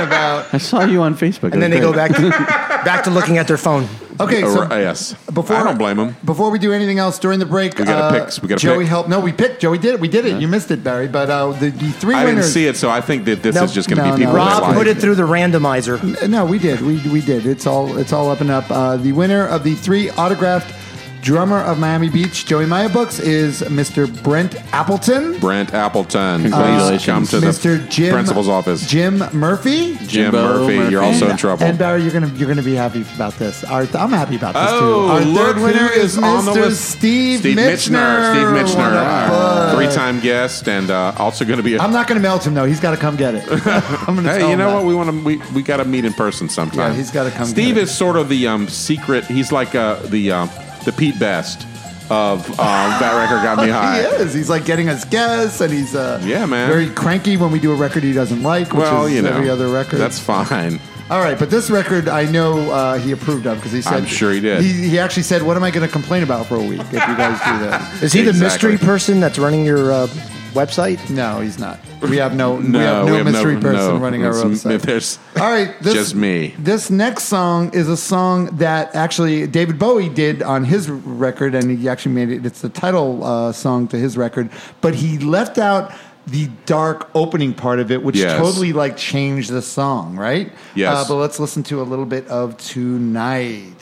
S2: about
S3: I saw you on Facebook.
S5: And then they go back to, back to looking at their phone.
S2: okay. So
S4: Or- yes.
S2: Before
S4: I don't blame him.
S2: Before we do anything else during the break,
S4: We
S2: uh,
S4: gotta pick- we gotta
S2: Joey
S4: pick.
S2: help. No, we picked. Joey did it. We did it. You missed it, Barry. But uh, the, the three
S4: I didn't
S2: winners.
S4: see it, so I think that this
S5: Nope.
S4: is just going to
S2: No,
S4: be people.
S2: no.
S4: that
S5: Rob
S4: lie.
S5: put it through the randomizer.
S2: Uh, No, we did. We we did. It's all it's all up and up. Uh, the winner of the three autographed drummer of Miami Beach Joey Maya books is Mr. Brent Appleton.
S4: Brent Appleton. Please
S3: Congratulations.
S4: come to
S2: Mr.
S4: the
S2: Jim
S4: principal's office. Jim,
S2: Jim Murphy.
S3: Jimbo
S4: Murphy,
S3: Murphy.
S4: you're also in trouble.
S2: And uh, Barry, you're gonna you're gonna be happy about this. Our, I'm happy about this
S4: Oh,
S2: too. Our
S4: look
S2: third winner
S4: who
S2: is
S4: is on the
S2: Mr.
S4: list.
S2: Steve,
S4: Steve Mitchner. Steve
S2: What
S4: Mitchner.
S2: a bud.
S4: Three time guest and uh, also going to be a.
S2: I'm not going to melt him though. He's got to come get it. I'm gonna tell
S4: Hey, you
S2: him
S4: know
S2: that.
S4: what? We want to we, we got to meet in person sometime.
S2: Yeah, he's gotta come
S4: Steve
S2: get
S4: is sort of the um, secret. He's like uh, the um, the Pete Best of um, that record got me high.
S2: He is. He's like getting us guests, and he's uh,
S4: Yeah, man.
S2: very cranky when we do a record he doesn't like, which
S4: Well,
S2: is
S4: you know,
S2: every other record.
S4: That's fine.
S2: all right. But this record, I know uh, he approved of because he said
S4: I'm sure he did.
S2: He, he actually said, "What am I going to complain about for a week if you guys do that?"
S5: Is he the
S4: Exactly.
S5: mystery person that's running your uh, website?
S2: No, he's not. We have no,
S4: No,
S2: we have no mystery person
S4: no.
S2: running our
S4: It's-
S2: own site.
S4: If there's
S2: All right, this,
S4: Just me.
S2: This next song is a song that actually David Bowie did on his record, and he actually made it. It's the title uh, song to his record, but he left out the dark opening part of it, which
S4: Yes.
S2: totally like changed the song, right?
S4: Yes.
S2: Uh, but let's listen to a little bit of tonight.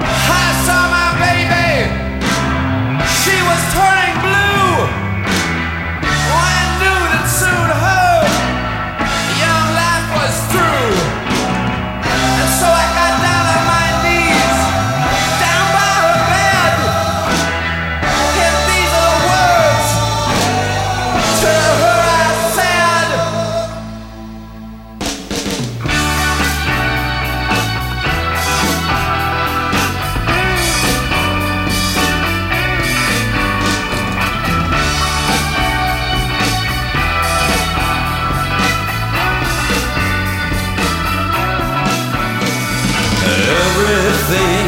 S7: I saw my baby. She was turning blue. Oh, I knew that soon her young life was through. And so I got down on my knees, down by her bed. And these are the words to her I said.
S6: Everything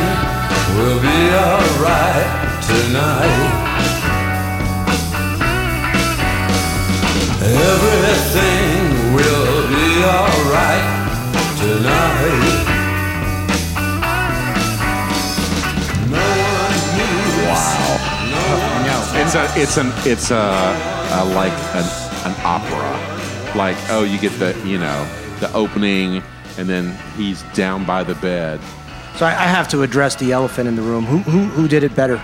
S6: will be alright tonight. Everything will be alright tonight. No one knew. Wow. No one
S4: It's a, it's an, it's a, a like an, an opera. Like, oh, you get the, you know, the opening, and then he's down by the bed.
S5: So I, I have to address the elephant in the room. Who who, who did it better?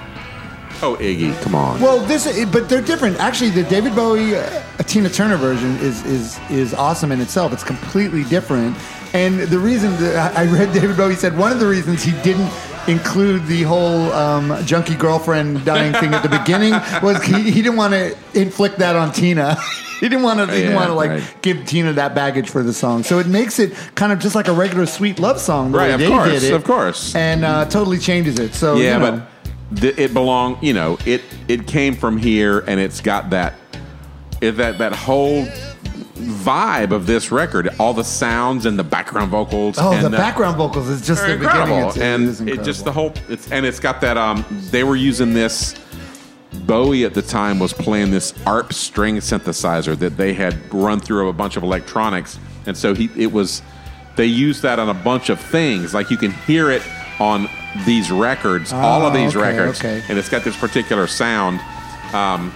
S4: Oh, Iggy, come on.
S2: Well, this, i- but they're different. Actually, the David Bowie, uh, Tina Turner version is is is awesome in itself. It's completely different, and the reason that I I read David Bowie said one of the reasons he didn't include the whole um, junkie girlfriend dying thing at the beginning was he, he didn't want to inflict that on Tina. he didn't want to. He didn't
S4: Yeah,
S2: want to like
S4: right.
S2: give Tina that baggage for the song. So it makes it kind of just like a regular sweet love song. the
S4: Right,
S2: way
S4: of
S2: they
S4: course,
S2: did it,
S4: of course.
S2: and uh, totally changes it. So
S4: yeah,
S2: you know.
S4: but th- it belong. You know, it it came from here, and it's got that it, that that whole vibe of this record. All the sounds and the background vocals.
S2: Oh,
S4: and
S2: the background vocals is just
S4: are
S2: the
S4: incredible,
S2: beginning. It's,
S4: and
S2: it is
S4: it just the
S2: incredible.
S4: whole. It's and it's got that. Um, they were using this. Bowie at the time was playing this ARP string synthesizer that they had run through a bunch of electronics, and so he it was they used that on a bunch of things. Like you can hear it on these records, all of these
S2: Ah, okay,
S4: records,
S2: okay.
S4: and it's got this particular sound. Um,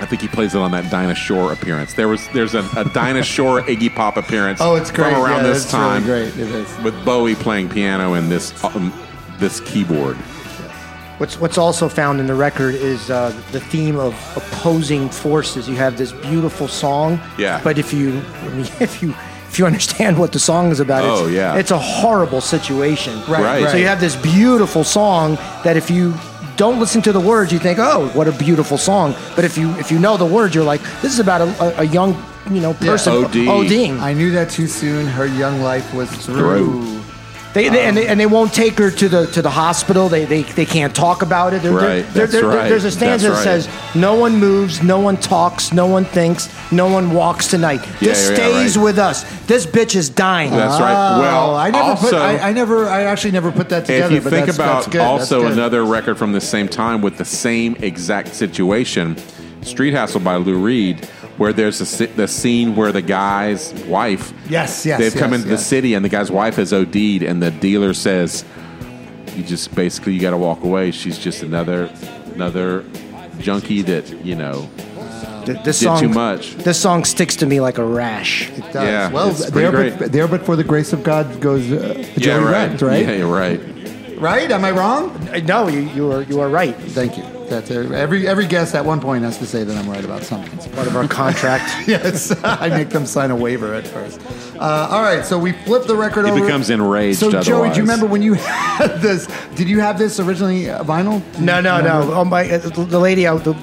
S4: I think he plays it on that Dinah Shore appearance. There was there's a, a Dinah Shore Iggy Pop appearance.
S2: Oh, it's great.
S4: from around
S2: yeah,
S4: this
S2: it's
S4: time
S2: Really great. It is.
S4: with Bowie playing piano and this um, this keyboard.
S5: What's what's also found in the record is uh, the theme of opposing forces. You have this beautiful song,
S4: Yeah.
S5: But if you I mean, if you if you understand what the song is about,
S4: Oh,
S5: it's,
S4: yeah.
S5: it's a horrible situation.
S4: Right.
S5: So you have this beautiful song that if you don't listen to the words, you think, oh, what a beautiful song. But if you if you know the words, you're like, this is about a, a, a young you know person
S4: OD.
S5: ODing.
S2: I knew that too soon. Her young life was through.
S5: They, they, and, they,
S4: Um,
S5: and they won't take her to the to the hospital. They they, they can't talk about it. There- there-
S4: Right,
S5: there-
S4: that's
S5: there-
S4: right,
S5: There's a stanza
S4: that's
S5: that
S4: right.
S5: says, "No one moves, no one talks, no one thinks, no one walks tonight. This
S4: yeah, yeah,
S5: stays
S4: right.
S5: with us. This bitch is dying." Uh-huh.
S4: That's right. Well,
S2: Oh, I never
S4: also,
S2: put. I, I never. I actually never put that together.
S4: if you
S2: but
S4: think
S2: that's,
S4: about
S2: that's good.
S4: also
S2: that's good.
S4: another record from the same time with the same exact situation, Street Hassle by Lou Reed, where there's a, si- the scene where the guy's wife.
S2: Yes, yes,
S4: They've come
S2: yes,
S4: into the
S2: yes.
S4: city and the guy's wife has OD'd, and the dealer says, "You just basically you got to walk away. She's just another another junkie that you know."
S5: Th- This
S4: Did
S5: song
S4: too much.
S5: This song sticks to me like a rash.
S2: It does.
S4: Yeah,
S2: well,
S4: it's pretty
S2: there
S4: great.
S2: but, there but for the grace of God goes uh, Joey Rent, right?
S4: Yeah, you're right.
S2: Right? Am I wrong?
S5: Uh, No, you you are you are right.
S2: Thank you. That's uh, every every guest at one point has to say that I'm right about something.
S5: Part of our contract.
S2: yes, I make them sign a waiver at first. Uh, all right, so we flip the record
S4: He
S2: over.
S4: becomes enraged
S2: So, Joey, do
S4: otherwise.
S2: you remember when you had this? Did you have this originally uh, vinyl? Do
S5: no,
S2: you
S5: no, no.
S2: remember?
S5: Oh my, uh, the lady out. The,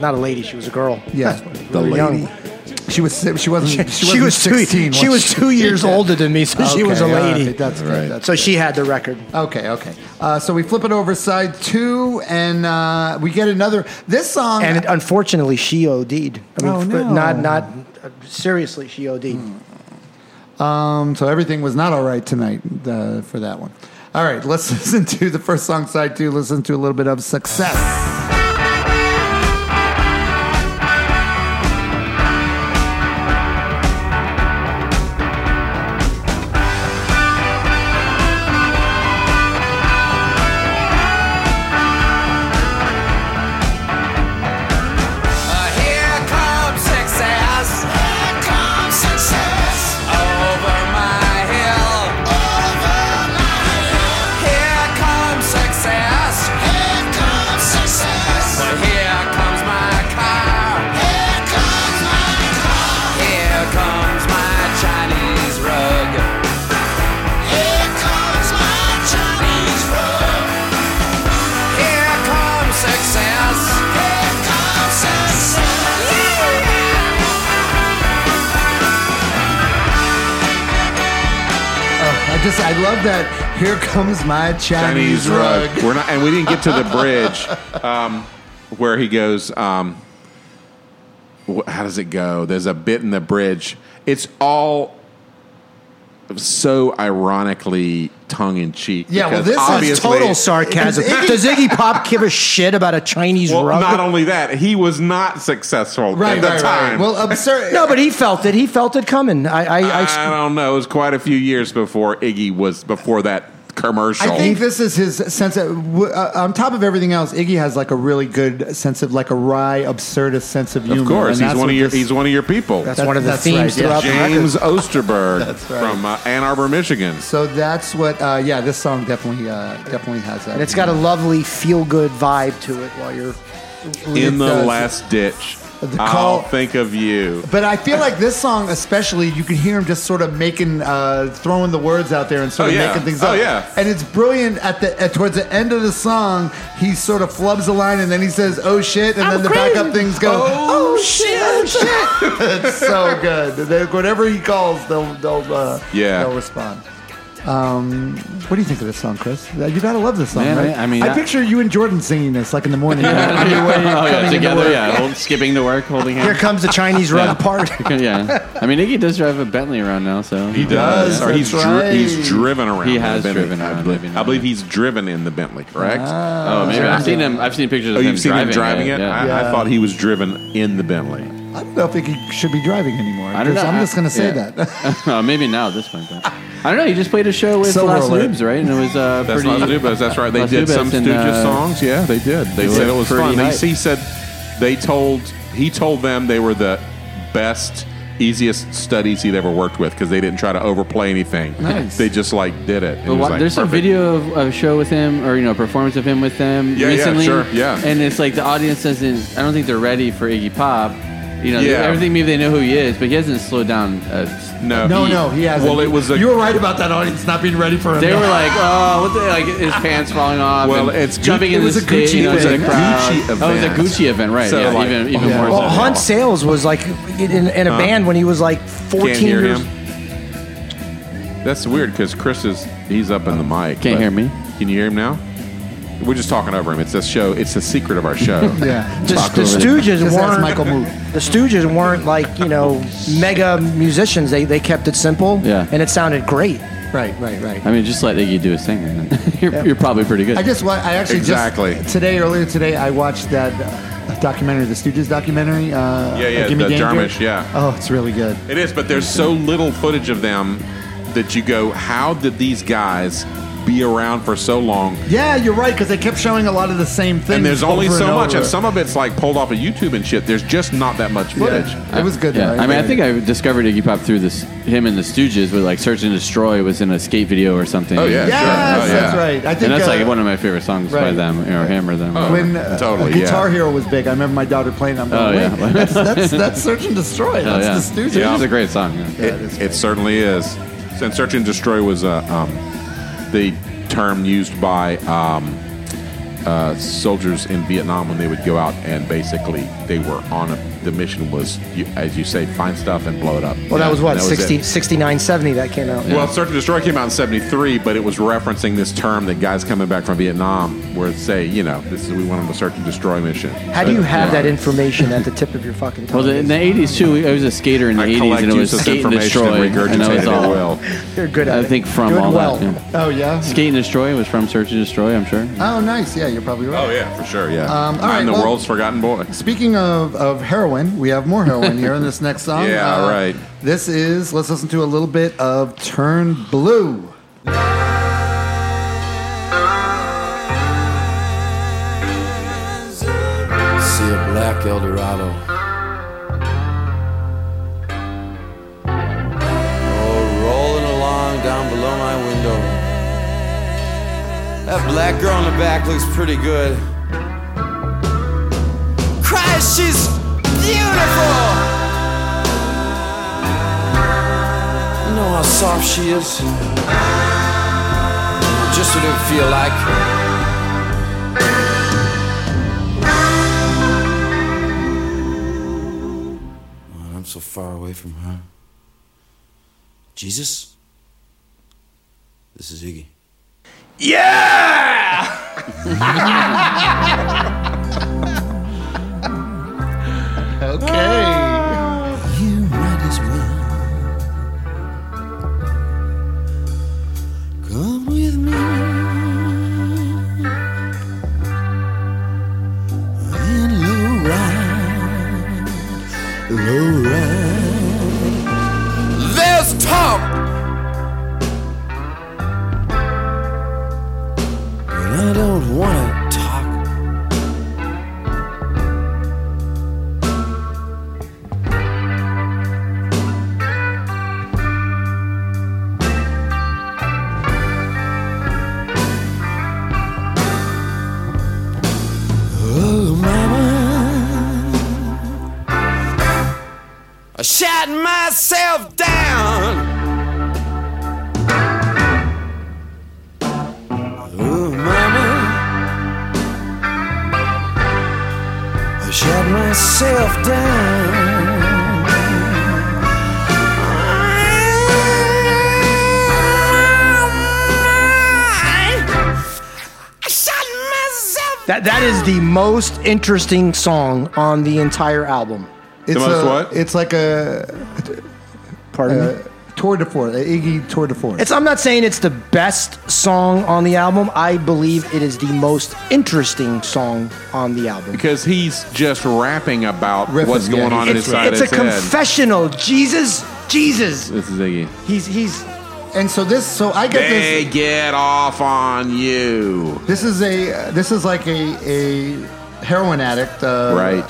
S5: not a lady. She was a girl.
S2: Yeah,
S5: The lady. Young.
S2: she was. She wasn't. She,
S5: She
S2: wasn't
S5: was two.
S2: 16.
S5: She was two years older than me, so she was a
S2: Okay, all
S5: lady.
S2: right, that's good.
S4: Right.
S2: That's
S5: So she had the record.
S2: Okay, okay. Uh, so we flip it over side two, and uh, we get another. This song,
S5: And unfortunately, she OD'd. I mean,
S2: Oh,
S5: f-
S2: no.
S4: Hmm.
S5: not not uh, seriously, she OD'd.
S2: Um, so everything was not all right tonight uh, for that one. All right, let's listen to the first song side two. Listen to a little bit of success.
S7: Uh, Here comes success. Here comes success. Over my hill. Over my hill. Here comes success. Here comes success. But here comes my car. Here comes my car. Here comes my Chinese rug. Here comes my Chinese rug. Here comes success. Here comes success.
S2: I just I love that. Here comes my Chinese,
S4: Chinese
S2: rug.
S4: rug. We're not, and we didn't get to the bridge um, where he goes. Um, wh- how does it go? There's a bit in the bridge. It's all so ironically tongue in cheek.
S2: Yeah, well,
S4: because
S2: this is
S5: That's total sarcasm. Does Iggy Pop give a shit about a Chinese
S4: Well,
S5: rug?
S4: not only that, he was not successful
S2: Right,
S4: at the
S2: right,
S4: time.
S2: right. Well, absurd.
S5: no, but he felt it. He felt it coming. I, I,
S4: I don't know. It was quite a few years before Iggy was before that commercial.
S2: I think this is his sense. Of, w- uh, on top of everything else, Iggy has like a really good sense of like a wry, absurdist sense of humor.
S4: of course,
S2: and
S4: he's
S2: that's
S4: one
S2: what
S4: of your
S2: this-
S4: he's one of your people.
S5: that's one of the
S2: that's
S5: themes
S2: right, yeah.
S5: throughout the record.
S4: James Osterberg
S2: right.
S4: from uh, Ann Arbor, Michigan.
S2: So that's what. Uh, yeah, this song definitely uh, definitely has that.
S5: And it's got a lovely feel-good vibe to it while you're.
S4: In the
S2: does.
S4: last ditch,
S2: The
S4: I'll
S2: call-
S4: think of you.
S2: But I feel like this song, especially, you can hear him just sort of making, uh, throwing the words out there and sort
S4: Oh,
S2: of
S4: yeah.
S2: making things
S4: Oh,
S2: up.
S4: yeah.
S2: And it's brilliant at the at, towards the end of the song. He sort of flubs a line and then he says, "Oh shit," and then the backup things go, "Oh, shit, oh shit." it's so good. They, whatever he calls, they'll they'll uh,
S4: Yeah.
S2: they'll respond. Um, what do you think of this song, Chris? You gotta love this song,
S3: Man,
S2: right?
S3: I- I mean,
S2: I,
S3: I-
S2: picture you and Jordan singing this like in the morning. you know, on your way
S3: oh yeah,
S2: coming into
S3: together.
S2: work.
S3: Yeah, hold, skipping to work, holding
S5: Here
S3: hands.
S5: comes the Chinese rug part.
S3: yeah, I mean Iggy does drive a Bentley around now, so
S4: He does. Or he's
S2: that's
S4: dri-
S2: right.
S4: he's driven around.
S3: He
S4: in the
S3: has
S4: Bentley,
S3: driven
S4: I
S3: around,
S4: believe,
S3: maybe
S4: I
S3: not.
S4: believe he's driven in the Bentley, correct?
S3: Oh, maybe I've seen him. I've seen pictures
S4: oh,
S3: of him
S4: you've seen
S3: driving
S4: him driving it.
S3: yeah.
S4: I, I thought he was driven in the Bentley.
S2: I don't know if he should be driving anymore.
S3: I don't know.
S2: am just going to say
S3: Yeah.
S2: that.
S3: Uh, maybe now at this point. But I don't know. He just pplayed a show with
S2: Sober
S3: Las
S2: alert.
S3: Lubes, right? And it was uh,
S4: That's
S3: pretty.
S4: Las Nubas. That's right. They
S3: Las
S4: did
S3: Nubas
S4: some
S3: and,
S4: Stooges
S3: uh,
S4: songs. Yeah, they did. They,
S3: they
S4: said
S3: were
S4: it was
S3: pretty
S4: fun. They,
S3: hype.
S4: he said they told he told them they were the best, easiest studies he'd ever worked with because they didn't try to overplay anything.
S2: Nice.
S4: They just like did it. It
S3: But
S4: was,
S3: what,
S4: like,
S3: there's
S4: perfect.
S3: a video of of a show with him, or you know, a performance of him with
S4: Yeah,
S3: them
S4: yeah,
S3: recently.
S4: sure, yeah.
S3: And it's like the audience doesn't. I don't think they're ready for Iggy Pop. You know,
S4: Yeah.
S3: everything maybe they know who he is, but he hasn't slowed down. Uh,
S4: No,
S2: No, no, he hasn't.
S4: Well, it was a
S2: you were right about that audience not being ready for him.
S3: They were like, oh, what the like his pants falling off.
S4: Well,
S3: and
S4: it's Gu-
S3: jumping in
S2: it was
S3: the
S2: a Gucci
S3: stage, you know, into
S2: event.
S3: the crowd.
S4: Gucci
S3: Oh, it was a
S4: event.
S3: Gucci event, right?
S4: So,
S3: yeah,
S4: like-
S3: even even
S4: Yeah. Uh,
S3: more.
S5: Well,
S3: so.
S5: Hunt Sales was like in, in a band when he was like 14
S4: can't hear
S5: years.
S4: him. That's weird because Chris is he's up in the mic.
S3: Can't
S4: but-
S3: hear me.
S4: Can you hear him now? We're just talking over him. It's the show. It's the secret of our show.
S2: yeah.
S5: The,
S4: Talk
S5: the
S4: over
S5: Stooges
S2: Just ask
S5: weren't
S2: Michael Moot.
S5: the Stooges weren't like you know mega musicians. They they kept it simple.
S3: Yeah.
S5: and it sounded great.
S2: Right, right, right.
S3: I mean, just let Iggy do his thing. and then you're, you're probably pretty good.
S2: I just, wa- I actually just-
S4: Exactly.
S2: today, earlier today, I watched that uh, documentary, the Stooges documentary. Uh,
S4: Yeah, yeah,
S2: Gimme
S4: the
S2: Danger.
S4: Jarmusch, yeah.
S2: Oh, it's really good.
S4: It is, but there's so little footage of them that you go, how did these guys be around for so long?
S2: Yeah, you're right because they kept showing a lot of the same things.
S4: And there's only
S2: over
S4: so much,
S2: over.
S4: and some of it's like pulled off of YouTube and shit. There's just not that much footage.
S2: Yeah, it was good.
S3: Yeah,
S2: though.
S3: I mean, I think I discovered Iggy Pop through this. Him and the Stooges with like "Search and Destroy" was in a skate video or something.
S4: Oh, yeah, Sure.
S2: Yes,
S4: Oh, yeah.
S2: that's right. I think
S3: and that's
S2: uh,
S3: like one of my favorite songs by
S2: right.
S3: them or him or them.
S2: when uh,
S4: Totally,
S2: Guitar
S4: yeah.
S2: Hero was big. I remember my daughter playing. I'm
S3: Oh,
S2: going,
S3: yeah.
S2: Wait, that's, that's that's Search and Destroy.
S3: Oh,
S2: That's
S3: yeah.
S2: the Stooges.
S3: It's a great song. yeah.
S4: It, it certainly is. And Search and Destroy was uh, um, the term used by um, uh, soldiers in Vietnam when they would go out and basically they were on a the mission was, you, as you say, find stuff and blow it up.
S5: Well, that was what
S4: And it.
S5: 60, 69, 70 that came out.
S4: Well, Search and Destroy came out in '73, but it was referencing this term that guys coming back from Vietnam were say, you know, this is we want them to search and destroy mission.
S5: How do you have that information at the tip of your fucking tongue?
S3: Well, the, in the '80s too, we- I was a skater in the
S4: I
S3: '80s,
S4: collect
S3: and it was
S4: useless
S3: skate and
S4: information
S3: destroy,
S4: and regurgitate
S3: and that was
S4: it at
S3: all.
S4: will.
S5: You're good at
S3: I
S5: it.
S3: think from
S5: Good
S3: all
S5: well.
S3: that. yeah.
S2: Oh yeah.
S3: Skate and destroy was from Search and Destroy, I'm sure.
S2: Oh nice. Yeah, you're probably right.
S4: Oh yeah, for sure. Yeah,
S2: Um, all
S4: I'm
S2: right,
S4: the
S2: well-
S4: world's forgotten boy.
S2: Speaking of, of heroin, we have more heroin here in this next song. Uh,
S4: Yeah, right.
S2: This is, let's listen to a little bit of Turn Blue.
S6: See a black Eldorado. Oh, rolling along down below my window. That black girl in the back looks pretty good. Christ, she's beautiful! You know how soft she is? Just what it feel like. I'm so far away from her. Jesus? This is Iggy.
S2: Okay.
S6: You might as well come with me. And low ride, low ride. There's Tom. And I don't want to talk. Oh, mama. I shot myself down. Oh, mama. I shot myself down. I shot myself
S5: That, that is the most interesting song on the entire album.
S2: It's
S4: most
S2: a,
S4: what?
S2: It's like a
S5: Pardon
S2: Uh,
S5: me?
S2: tour de force, a Iggy tour de force.
S5: It's, I'm not saying it's the best song on the album. I believe it is the most interesting song on the album.
S4: Because he's just rapping about
S2: Riffing,
S4: what's going
S2: yeah,
S4: on
S2: he's
S4: in his
S5: It's,
S4: side
S5: it's a
S4: of his head.
S5: confessional. Jesus, Jesus.
S3: This is Iggy.
S5: He's he's
S2: and so this, so I get
S4: They
S2: this.
S4: get off on you.
S2: This is a, this is like a, a heroin addict. Uh,
S4: Right.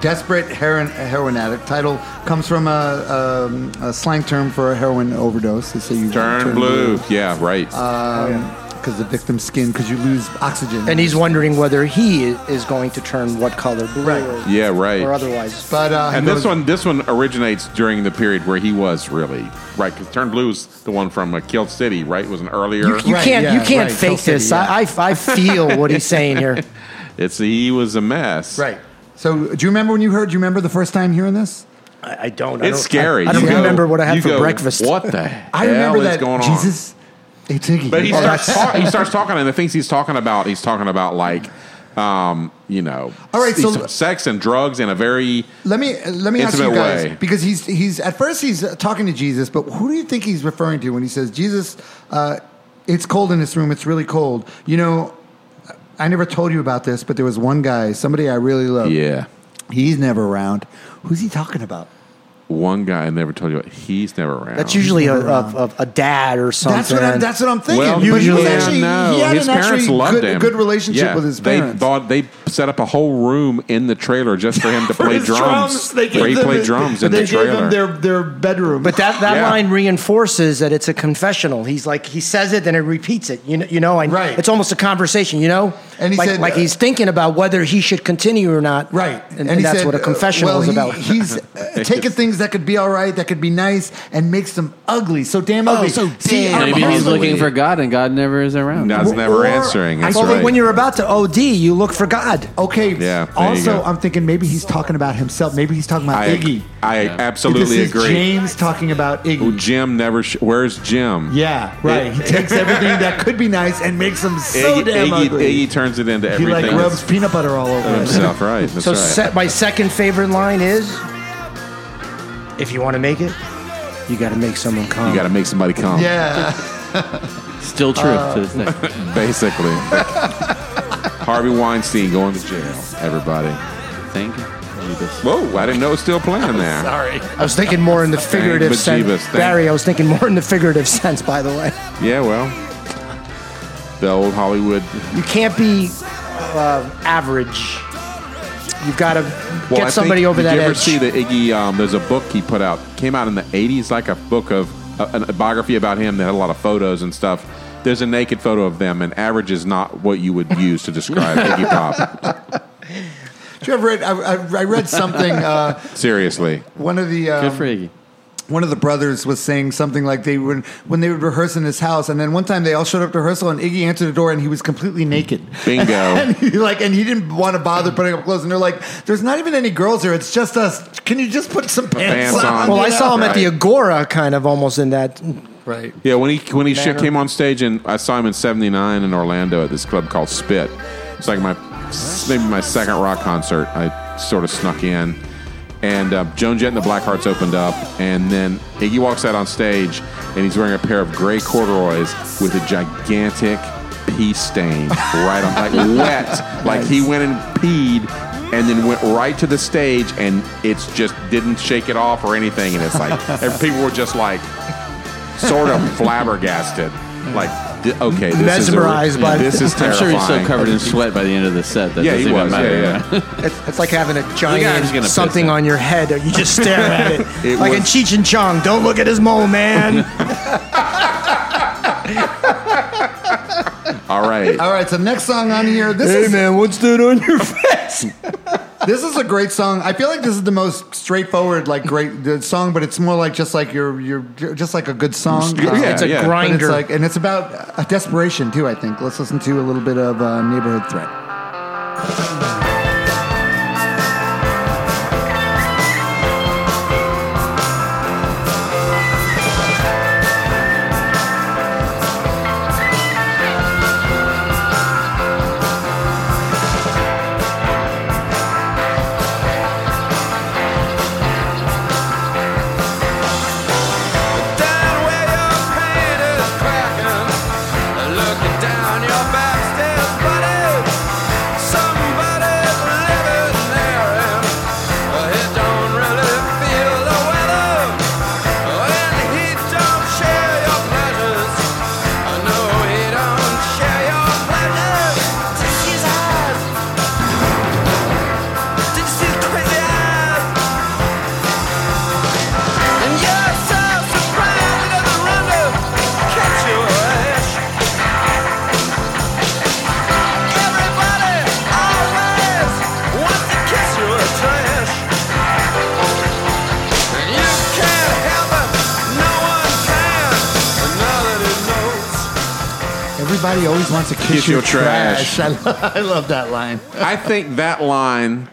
S2: Desperate heroin, heroin addict. Title comes from a, um, a slang term for a heroin overdose. They say you
S4: Turn blue. Oh, Yeah, right.
S2: because Um, the victim's skin because you lose oxygen.
S5: and he's wondering whether he i- is going to turn what color blue or,
S4: yeah, right.
S5: or otherwise.
S2: but uh, he
S4: and this
S2: goes-
S4: one, this one originates during the period where he was really right. Because Turn Blue is the one from uh, Killed City, right? It was an earlier.
S5: You
S2: Right,
S5: can't
S2: yeah,
S5: you can't
S2: right,
S5: fake
S2: Kill City,
S5: this.
S2: yeah.
S5: I, I I feel what he's saying here.
S4: It's he was a mess.
S2: Right. So, do you remember when you heard? Do you remember the first time hearing this?
S5: I, I don't. I
S4: It's
S5: don't,
S4: scary.
S5: I, I don't
S4: You go-
S5: remember what I had
S4: you
S5: for
S4: go,
S5: breakfast.
S4: What the?
S2: I
S4: hell
S2: remember
S4: is
S2: that
S4: going on?
S2: Jesus, it's Iggy.
S4: But he
S2: Oh,
S4: starts talk, he starts talking, and the things he's talking about, he's talking about like, um, you know,
S2: All right, so-
S4: s- sex and drugs in a very
S2: let me uh, let me ask you
S4: Intimate
S2: guys
S4: way.
S2: because he's he's at first he's uh, talking to Jesus, but who do you think he's referring to when he says Jesus? Uh, it's cold in this room. It's really cold. You know, I never told you about this, but there was one guy, somebody I really
S5: Oh.
S2: love.
S4: yeah.
S2: He's never around. Who's he talking about?
S4: One guy I never told you about, he's never around.
S5: That's usually a, a, a, a dad or something.
S2: That's what I'm. That's what I'm thinking.
S4: Well,
S2: But he was
S4: usually,
S2: actually-
S4: no,
S2: he had
S4: his
S2: an
S4: parents
S2: actually
S4: loved
S2: good,
S4: him.
S2: good relationship
S4: Yeah,
S2: with his
S4: they
S2: parents.
S4: Bought, they set up a whole room in the trailer just for him to play
S2: his
S4: drums.
S2: They gave
S4: Where he
S2: them
S4: played
S2: the-
S4: drums
S2: but
S4: in the
S2: they gave
S4: trailer.
S2: them their their bedroom.
S5: But that, that
S4: Yeah.
S5: line reinforces that it's a confessional. He's like he says it, then it repeats it. You know, you know, and
S2: Right.
S5: it's almost a conversation. You know,
S2: And he
S5: like,
S2: said,
S5: like
S2: uh,
S5: he's thinking about whether he should continue or not.
S2: right,
S5: and, and that's what a
S2: uh, well,
S5: confessional is
S2: he-
S5: about.
S2: He's uh, taking things that could be all right, that could be nice, and makes them ugly. So
S4: Oh,
S2: damn ugly.
S5: so
S2: See,
S5: damn
S2: I'm
S3: Maybe he's
S2: hungry.
S3: looking for God, and God never is around.
S4: That's never
S5: Or-
S4: answering. That's
S5: well,
S4: right.
S5: when you're about to OD, you look for God. God.
S2: Okay.
S4: Yeah, there you
S2: Also,
S4: go.
S2: I'm thinking maybe he's talking about himself. Maybe he's talking about
S4: I,
S2: Iggy.
S4: I absolutely
S2: this is
S4: agree.
S2: James talking about
S4: Well,
S2: Iggy.
S4: Jim never. Sh- Where's Jim?
S2: Yeah, right. He takes everything that could be nice and makes them so
S4: Iggy,
S2: damn
S4: Iggy,
S2: ugly.
S4: Iggy turns it into
S2: he
S4: everything.
S2: like rubs peanut butter all over it.
S4: himself, right? That's
S5: So
S4: right.
S5: se- my second favorite line is, if you want to make it, you got to make someone come.
S4: you got to make somebody come.
S2: Yeah.
S3: Still true to this
S2: Uh,
S3: day.
S4: Basically, Harvey Weinstein going to jail. Everybody.
S3: Thank you.
S4: Whoa! I didn't know it was still playing there.
S2: Sorry.
S5: I was thinking more in the figurative
S4: bejeebus,
S5: sense.
S4: thank-
S5: Barry, I was thinking more in the figurative sense, by the way.
S4: Yeah, well, the old Hollywood.
S5: You can't be uh, average. You've got to
S4: Well, I
S5: get somebody
S4: think-
S5: over that
S4: Did you ever
S5: edge.
S4: see the Iggy? Um, there's a book he put out. Came out in the '80s, like a book of uh, a, a biography about him that had a lot of photos and stuff. There's a naked photo of them, and average is not what you would use to describe Iggy Pop.
S2: Did you ever read? I, I, I read something. Uh,
S4: Seriously,
S2: one of the
S3: Good
S2: um,
S3: for Iggy.
S2: one of the brothers was saying something like they would when they would rehearse in his house, and then one time they all showed up to rehearsal, and Iggy answered the door, and he was completely naked.
S4: Bingo.
S2: and he, like, and he didn't want to bother putting up clothes, and they're like, "There's not even any girls here. It's just us. Can you just put some pants,
S4: pants on.
S2: on?"
S5: well,
S2: you
S5: I
S2: know?
S5: saw him at the
S4: Right.
S5: Agora, kind of almost in that.
S2: right.
S4: Yeah, when he when he sh-
S5: Manner.
S4: came on stage, and I saw him in '79 in Orlando at this club called Spit. It's like my maybe my second rock concert. I sort of snuck in, and uh, Joan Jett and the Blackhearts opened up, and then Iggy walks out on stage, and he's wearing a pair of gray corduroys with a gigantic pee stain right on, like wet, like he went and peed. And then went right to the stage, and it's just didn't shake it off or anything. And it's like, and people were just like, sort of flabbergasted. Like, th- okay, this
S5: Mesmerized
S4: is a,
S5: by-
S4: this is
S3: I'm sure
S4: terrifying.
S3: he's so covered in sweat by the end of the set that
S4: Yeah,
S3: doesn't
S4: he
S3: even
S4: was.
S3: matter.
S4: Yeah, yeah.
S5: It's, it's like having a
S3: just gonna
S5: giant
S3: piss
S5: something
S3: it.
S5: on your head that you just stare at it.
S4: It
S5: like in
S4: was-
S5: Cheech and Chong, don't look at his mole, man.
S4: All right.
S2: All right. So next song on here. This is
S5: man, what's that on your face?
S2: this is a great song. I feel like this is the most straightforward, like great the song, but it's more like just like your your just like a good song.
S4: Yeah, It's a yeah.
S2: But it's
S5: grinder.
S2: like, and it's about uh, desperation too. I think. Let's listen to a little bit of uh, neighborhood threat.
S7: Down where your pain is cracking, looking down your back stairs, buddy. Somebody's living there, and he don't really feel the weather, and he don't share your pleasures. No, he don't share your pleasures. Did you see his eyes? Did you see his crazy eyes? And you're so surprised it doesn't run to catch your ass. Everybody always wants to kiss your trash. And you can't help it, no one can. And now that he knows.
S2: Everybody always wants to kiss,
S4: Kiss
S2: your,
S4: your trash.
S2: trash. I, lo- I love that line.
S4: I think that line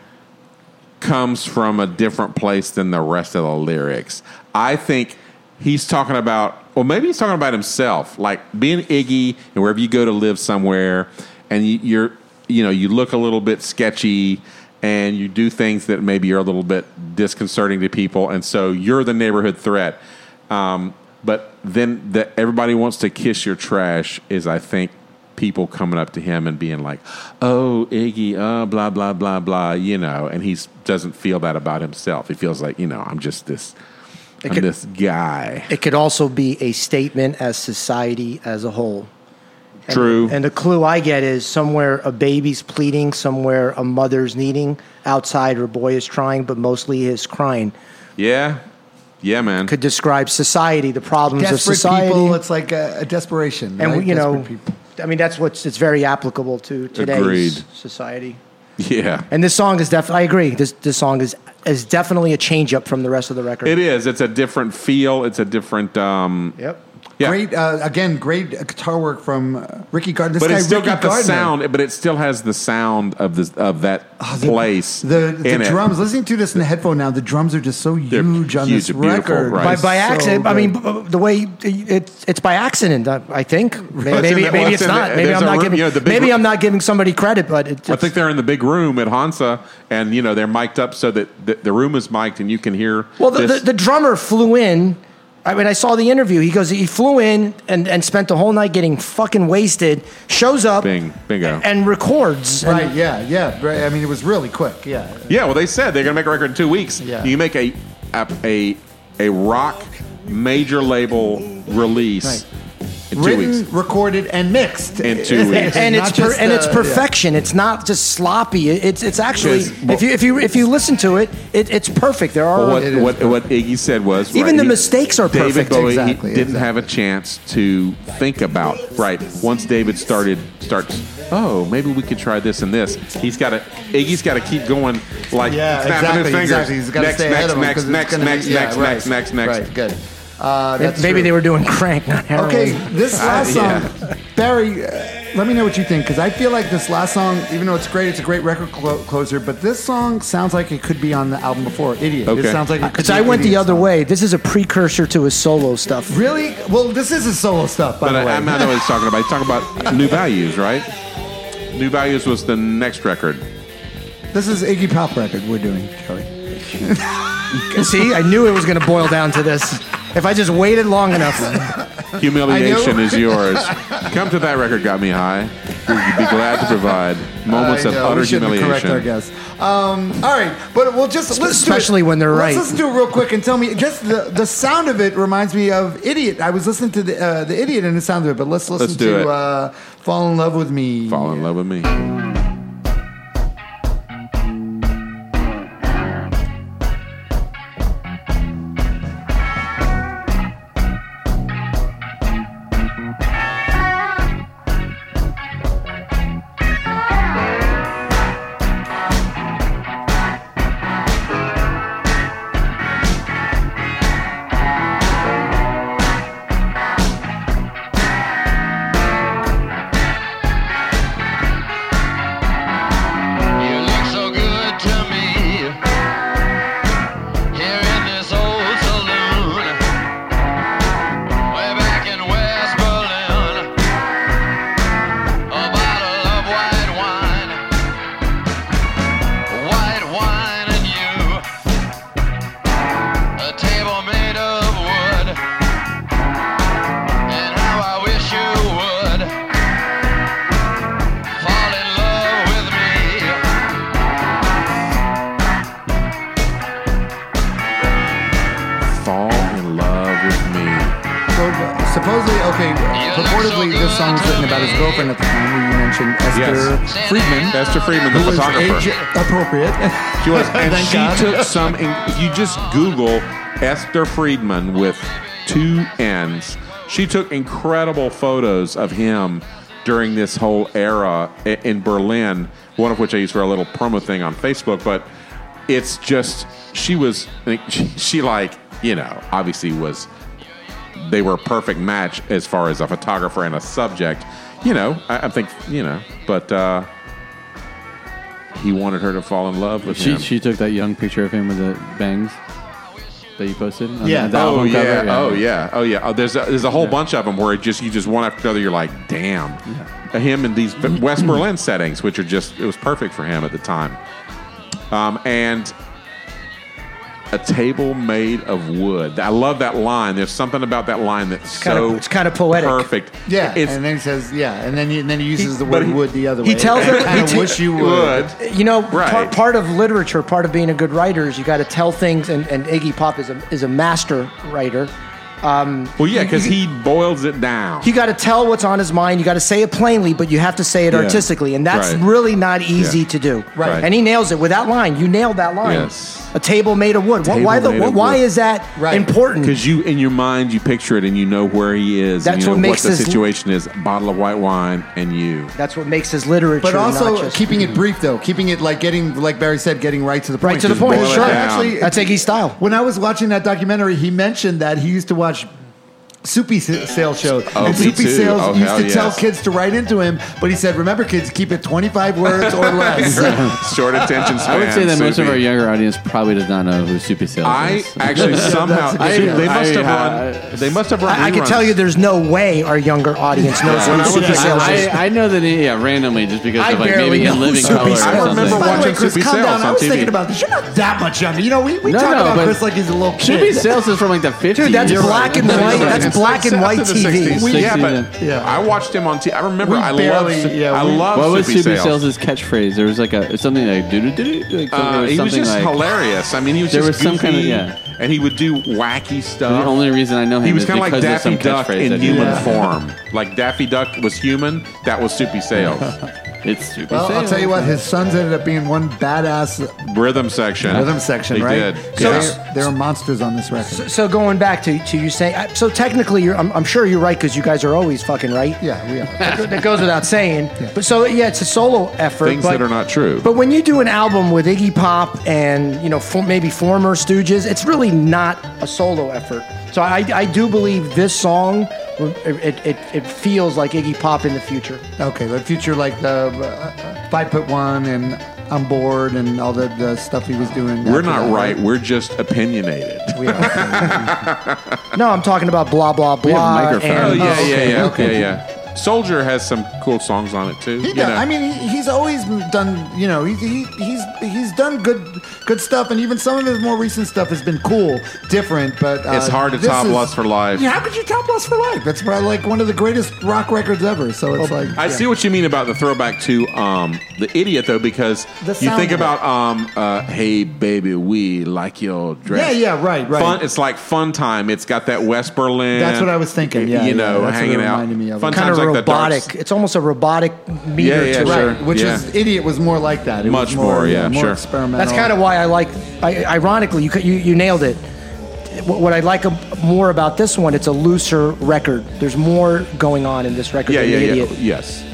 S4: comes from a different place than the rest of the lyrics. I think he's talking about, well, maybe he's talking about himself, like being Iggy and wherever you go to live somewhere, and you, you're, you know, you look a little bit sketchy and you do things that maybe are a little bit disconcerting to people, and so you're the neighborhood threat. Um, but then that everybody wants to kiss your trash is, I think, people coming up to him and being like, "Oh, Iggy, uh, blah blah blah blah," you know, and he doesn't feel that about himself. He feels like, you know, I'm just this, I'm
S5: could-
S4: this guy.
S5: It could also be a statement as society as a whole.
S4: True.
S5: And the clue I get is somewhere a baby's pleading, somewhere a mother's needing, outside her boy is trying, but mostly his crying.
S4: yeah, yeah, man.
S5: Could describe society, the problems of
S2: Desperate
S5: society.
S2: people. It's like a, a desperation.
S5: and
S2: right?
S5: we- you
S2: Desperate
S5: know, I mean, that's what's it's very applicable to today's
S4: Agreed.
S5: society.
S4: yeah,
S5: And this song is definitely, I agree, this, this song is, is definitely a change up from the rest of the record.
S4: it is. It's a different feel. It's a different um,
S5: Yep.
S4: Yeah.
S2: Great, uh, again, great guitar work from uh, Ricky Gardner. This
S4: But
S2: guy,
S4: it's still
S2: Ricky
S4: got the
S2: Gardner.
S4: sound, but it still has the sound of this of that
S2: the-
S4: place.
S2: The, the
S4: in it.
S2: drums. Listening to this in the headphone now, the drums are just so huge on
S4: huge,
S2: this
S4: beautiful,
S2: record.
S4: right.
S5: By,
S4: It's
S5: by accident,
S2: So
S5: I mean
S2: good.
S5: b- b- the way it's it's by accident. I, I think maybe
S4: in
S5: maybe,
S4: the-
S5: maybe
S4: well, it's
S5: it's
S4: in
S5: not.
S4: the-
S5: maybe
S4: there's
S5: I'm
S4: a
S5: not
S4: room-
S5: giving
S4: you know, the big
S5: maybe
S4: room-
S5: I'm not giving somebody credit, but it's
S4: I think they're in the big room at Hansa, and you know they're mic'd up so that the, the room is mic'd, and you can hear.
S5: Well, the,
S4: this-
S5: the, the drummer flew in. I mean, I saw the interview. He goes, he flew in and, and spent the whole night getting fucking wasted. Shows up,
S4: Bing, bingo.
S5: and records. And-
S2: Right, yeah, yeah. right. I mean, it was really quick, yeah.
S4: yeah, well, they said they're going to make a record in two weeks.
S2: Yeah.
S4: You make a a a, a rock major label release in two
S2: Written,
S4: weeks.
S2: recorded, and mixed.
S4: In two weeks.
S5: and
S2: Not
S5: it's per,
S2: just,
S5: and it's
S2: uh, yeah.
S5: perfection. It's not just sloppy. It- It's it's actually
S4: It's- well-
S5: if you if you if you listen to it, it it's perfect. There are
S4: Well, what,
S2: It is
S4: what, what Iggy said was
S5: Even
S4: right,
S5: the mistakes are
S4: David
S5: perfect.
S4: Bowie he
S2: Exactly,
S4: didn't
S2: exactly.
S4: have a chance to think about right once David started starts. Oh, maybe we could try this and this. He's got to Iggy's got to keep going like
S2: Yeah,
S4: snapping his
S2: exactly,
S4: fingers.
S2: exactly. He's got to
S4: next,
S2: stay ahead
S4: next,
S2: of him.
S4: next,
S2: 'cause it's
S4: next,
S2: gonna be-
S4: next,
S2: yeah,
S4: next,
S2: right,
S4: next, next, next,
S2: Right, good. Uh, that's
S5: maybe
S2: true.
S5: they were doing crank, not heroin.
S2: Okay, this last
S4: yeah.
S2: song, Barry. Uh, let me know what you think, because I feel like this last song, even though it's great, it's a great record clo- closer. But this song sounds like it could be on the album before Idiot. It
S4: Okay.
S2: sounds like it could
S5: Because
S2: be
S5: I
S2: an
S5: went the
S2: Idiot
S5: other
S2: song.
S5: way. This is a precursor to his solo stuff.
S2: Really? Well, this is his solo stuff, by
S4: But
S2: the way.
S4: I, I'm not know what he's talking about. He's talking about New Values, right? New Values was the next record.
S2: this is Iggy Pop record we're doing, Joey.
S5: See, I knew it was going to boil down to this. If I just waited long enough.
S4: Humiliation is yours. Come to that record, got me high. We'd be glad to provide moments
S2: I
S4: of
S2: know,
S4: utter
S2: we shouldn't Correct
S4: humiliation.
S2: our guests. Um, all right, but we'll just let's
S5: especially
S2: do it.
S5: when they're right.
S2: Let's listen to it real quick and tell me. Just the, the sound of it reminds me of Idiot. I was listening to the uh, the Idiot and the sound of it, but let's listen
S4: Let's do
S2: to
S4: it.
S2: uh, Fall in Love with Me.
S4: Fall in love with me.
S8: You look so good to me here in this old saloon, way back in West Berlin. A bottle of white wine, white wine and you. A table made of wood, and how I wish you would fall in love with me.
S4: Fall in love with me.
S2: So, supposedly, okay, purportedly, this song was written about his girlfriend at the time. who You mentioned Esther.
S4: Yes, Friedman, Esther Friedman, the
S2: who was
S4: photographer.
S2: age appropriate.
S4: She was, and
S2: Thank
S4: she
S2: God.
S4: took some. If you just Google Esther Friedman with two N's, she took incredible photos of him during this whole era i- in Berlin. One of which I used for a little promo thing on Facebook, but it's just she was she, she like you know obviously was they were a perfect match as far as a photographer and a subject. You know, I, I think you know, but uh, he wanted her to fall in love with
S3: She
S4: him.
S3: she took that young picture of him with the bangs that you posted. on
S2: Yeah.
S3: the
S4: oh
S3: album
S4: yeah.
S3: cover.
S4: oh yeah, oh yeah, oh There's a, there's a whole bunch of them where it just you just one after another. You're like, damn, him in these West Berlin settings, which are just it was perfect for him at the time. Um, and a table made of wood. I love that line. There's something about that line that's
S5: kinda-
S4: so
S5: it's kinda poetic.
S4: perfect.
S2: Yeah,
S4: it's
S2: and then he says, yeah, and then he, and then he uses the
S4: but
S2: word
S4: he-
S2: wood the other way.
S5: he tells her-
S2: I
S5: he te-
S2: wish you would.
S4: wood.
S5: You know,
S4: Right.
S5: part, part of literature, part of being a good writer is you got to tell things, and, and Iggy Pop is a, is a master writer.
S4: Well, yeah, because he boils it down.
S5: You got to tell what's on his mind. You got to say it plainly, but you have to say it
S4: Yeah.
S5: artistically, and that's
S4: Right.
S5: really not easy
S4: Yeah.
S5: to do.
S4: Right.
S5: And he nails it with that line. You nailed that line.
S4: Yes.
S5: A table made of wood. Wh-
S4: Table
S5: why the?
S4: made of
S5: wh- Why
S4: wood.
S5: is that
S2: Right.
S5: important?
S4: Because you, in your mind, you picture it and you know where he is. and
S5: That's
S4: you know
S5: what makes
S4: the
S5: this-
S4: situation is. Bottle of white wine and you.
S5: That's what makes his literature.
S2: But
S5: not
S2: also
S5: just-
S2: keeping it brief, though, keeping it like getting, like Barry said, getting right to the point.
S5: Right to the
S2: Just
S5: point,
S2: boil it
S5: sure.
S2: down.
S5: That's Iggy's style.
S2: When I was watching that documentary, he mentioned that he used to watch Soupy S- Sale show.
S4: Oh,
S2: and
S4: me
S2: Soupy
S4: too.
S2: Sales
S4: Oh,
S2: used
S4: hell
S2: to tell
S4: yes.
S2: kids to write into him, but he said, remember, kids, keep it 25 words or less.
S4: Short attention span.
S3: I would say that most of
S4: Soupy.
S3: our younger audience probably does not know who Soupy Sales
S4: I
S3: is.
S4: actually somehow
S2: that's a
S4: I,
S2: good
S4: they
S3: shout.
S4: must
S3: I-
S4: have run. They must have run.
S5: I, I can
S4: reruns.
S5: tell you, there's no way our younger audience knows
S4: When
S5: who
S4: I was
S5: Soupy
S4: a-
S5: Sales
S3: I,
S5: is.
S3: I know that yeah, randomly just because
S5: I
S3: of like
S5: barely
S3: maybe
S5: know
S3: in
S5: who
S3: living
S5: Soupy
S3: color. or
S5: Sales is.
S4: I remember
S3: something.
S2: By the way,
S4: watching
S2: Chris,
S4: Soupy
S2: calm
S4: Sales
S2: down. I
S4: on
S2: was
S4: TV.
S2: thinking about this. You're not that much younger. You know, we, we
S3: No,
S2: talk
S3: no,
S2: about
S3: but-
S2: Chris like he's a little kid.
S3: Soupy Sales is from like the 50s.
S5: Dude, that's
S3: You're
S5: black
S3: right.
S5: and white.
S3: You're
S5: That's
S3: right.
S5: black and
S4: After
S5: white
S4: the
S5: TV.
S4: 60s. yeah, but
S3: 60s,
S2: yeah.
S4: I watched him on TV. I remember.
S2: We
S4: I
S2: barely-
S4: love.
S2: yeah,
S4: I
S2: we-
S4: love.
S3: What was
S4: Soupy
S3: Soupy
S4: Sales?
S3: Sales' catchphrase? There was like a something like doo doo doo doo.
S4: Uh, he was just hilarious. I mean, he was
S3: There
S4: just
S3: was some
S4: goofy,
S3: kind of- yeah.
S4: and he would do wacky stuff.
S3: The only reason I know him
S4: he was
S3: is
S4: kind of like
S3: because of
S4: Daffy
S3: some
S4: Duck
S3: catchphrase
S4: in
S3: that he
S4: human
S3: had.
S4: form. Like Daffy Duck was human, that was Soupy Sales.
S3: It's Soupy
S2: Well, I'll
S3: Sales.
S2: tell you what, his sons ended up being one badass
S4: Rhythm section.
S2: rhythm section,
S4: they
S2: right?
S4: Did.
S2: So
S4: Yeah.
S2: there- there are monsters on this record.
S5: So going back to, to you saying, I- so technically, you're, I'm, I'm sure you're right because you guys are always fucking right.
S2: yeah, we are.
S5: that goes without saying. But so yeah, it's a solo effort.
S4: Things
S5: but,
S4: that are not true.
S5: But when you do an album with Iggy Pop and you know for, maybe former Stooges, it's really not a solo effort. So I, I do believe this song, it, it, it feels like Iggy Pop in the future.
S2: Okay, the future like the uh, five foot one and on board and all the, the stuff he was doing.
S4: We're
S2: after
S4: not
S2: that,
S4: right. We're just opinionated.
S2: We are.
S5: No, I'm talking about blah blah blah.
S3: have a microphone.
S5: and-
S4: oh yeah,
S2: Oh, okay,
S4: yeah, yeah,
S2: okay.
S4: yeah, yeah. Soldier has some cool songs on it too.
S2: He
S4: you
S2: done,
S4: know.
S2: I mean, he, he's always done. You know, he, he, he's he's done good good stuff, and even some of his more recent stuff has been cool, different. But uh,
S4: It's hard to
S2: this
S4: top
S2: is-
S4: Lust for Life.
S2: Yeah, how could you top Lust for Life? That's probably like one of the greatest rock records ever. So it's like
S4: I
S2: yeah.
S4: see what you mean about the throwback to um, the idiot though, because
S2: The
S4: you
S2: sound
S4: think
S2: of it.
S4: about um, uh, hey baby, we like your dress.
S2: Yeah, yeah, right, right.
S4: Fun, it's like fun time. It's got that West Berlin.
S2: That's what I was thinking, yeah,
S4: you
S2: yeah,
S4: know,
S2: that's what it
S4: hanging out.
S2: reminded me of.
S4: Fun
S5: kind of
S4: times like the dark
S5: robotic. it's almost a robotic meter
S4: Yeah, yeah,
S5: to
S4: sure.
S5: it.
S2: Right, which
S4: yeah.
S2: is idiot was more like that. It was
S4: Much more, yeah,
S2: more
S4: sure.
S2: experimental.
S5: That's kind of why I like. I, ironically, you, cou- you you nailed it. What what I like ab- more about this one, it's a looser record. There's more going on in this record
S4: yeah,
S5: than
S4: yeah,
S5: the
S4: yeah.
S5: idiot.
S4: Yes.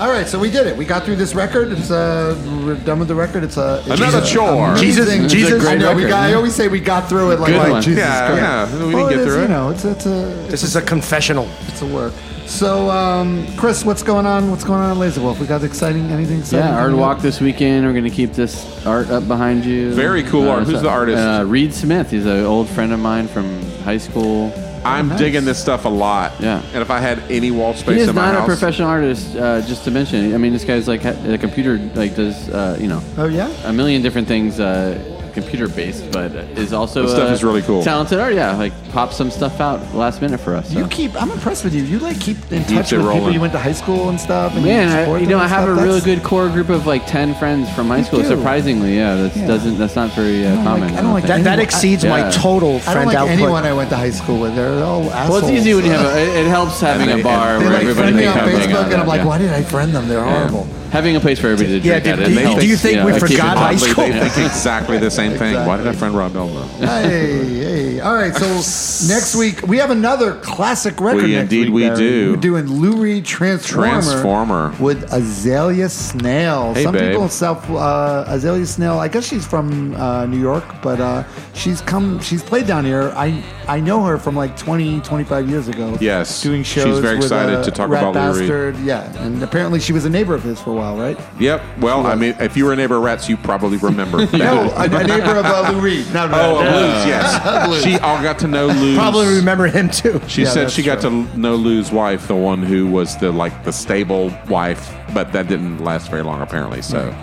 S2: All right, so we did it. We got through this record. It's uh, we're done with the record. It's a it's
S4: Another
S2: a-
S4: chore.
S2: Jesus,
S3: Jesus. It's a
S2: I
S3: great
S2: know. We
S3: record.
S2: got, I always say we got through it like,
S3: Good
S2: like,
S3: one.
S2: Jesus
S4: Yeah,
S2: Christ.
S4: yeah, we didn't
S2: Well,
S4: get
S2: is,
S4: through it.
S2: You know, it's it's a
S5: This is a confessional.
S2: it's a work. So, um, Chris, what's going on? What's going on, at Laser Wolf? We got exciting anything? Exciting
S3: Yeah, art
S2: coming up?
S3: walk this weekend. We're gonna keep this art up behind you.
S4: Very cool art. Who's
S3: so-
S4: the artist?
S3: Uh, Reed Smith. He's an old friend of mine from high school.
S4: I'm
S2: nice.
S4: digging this stuff a lot.
S3: Yeah.
S4: And if I had any wall
S3: He
S4: space
S3: is
S4: in my
S3: not a
S4: house,
S3: professional artist. Uh, just to mention, I mean, this guy's like ha- a computer like does uh, you know
S2: Oh yeah.
S3: a million different things. Uh, computer based but is also
S4: This stuff
S3: a
S4: is really cool.
S3: talented art yeah like pop some stuff out last minute for us so.
S2: You keep. I'm impressed with you. You like keep in
S4: Keeps
S2: touch
S4: it
S2: with people
S4: rolling.
S2: you went to high school and stuff. And
S3: Man,
S2: you,
S3: I,
S2: support
S3: you
S2: them
S3: know, I
S2: and
S3: have
S2: stuff.
S3: a really
S2: That's-
S3: good core group of like ten friends from high school.
S2: do.
S3: Surprisingly, yeah, that
S2: Yeah.
S3: doesn't that's not very uh,
S2: I don't like-
S3: common.
S2: I don't like
S5: That,
S3: think.
S5: that exceeds my
S3: Yeah.
S5: total
S2: I don't
S5: friend
S2: like
S5: output.
S2: anyone I went to high school with. They're all assholes.
S3: Well, it's easy when you have a, it, it helps having
S4: And
S3: a
S4: they-
S3: bar
S4: and
S2: They
S3: where
S2: like
S3: everybody
S2: friend me
S3: can
S2: on
S3: come hang
S2: Facebook,
S3: out,
S2: and I'm like,
S3: yeah.
S2: why did I friend them? They're horrible.
S3: Having a place for everybody to
S5: Yeah,
S3: drink
S5: do,
S3: at it
S5: do-
S3: helps,
S5: do you think
S3: yeah,
S5: we
S3: keep it
S5: forgot high
S3: oddly-
S4: oddly,
S5: school?
S4: they think exactly the same thing. Why did I friend Rob Elmo?
S2: hey, hey. All right. So next week we have another classic record.
S4: We-
S2: next
S4: indeed
S2: week,
S4: we
S2: Barry.
S4: do.
S2: We're doing Lou Reed Transformer,
S4: Transformer.
S2: with Azalea Snail.
S4: Hey,
S2: Some
S4: babe.
S2: people in South uh, Azalea Snail. I guess she's from uh, New York, but uh, she's come. She's played down here. I I know her from like 20, 25 years ago.
S4: Yes.
S2: doing
S4: She's
S2: shows.
S4: very
S2: with,
S4: excited
S2: uh,
S4: to talk
S2: Rat
S4: about Lou Reed.
S2: Bastard. Yeah, and apparently she was a neighbor of his for a while, right?
S4: Yep. Well, I mean, if you were a neighbor of rats, you probably remember.
S2: No, a, a neighbor of uh, Lou Reed. No, no,
S4: Oh,
S2: no.
S4: Luz, yes. She all got to know Luz.
S5: Probably remember him too.
S4: She
S2: Yeah,
S4: said
S2: that's
S4: she got to know Lou's wife, the one who was the like the stable wife, but that didn't last very long apparently. So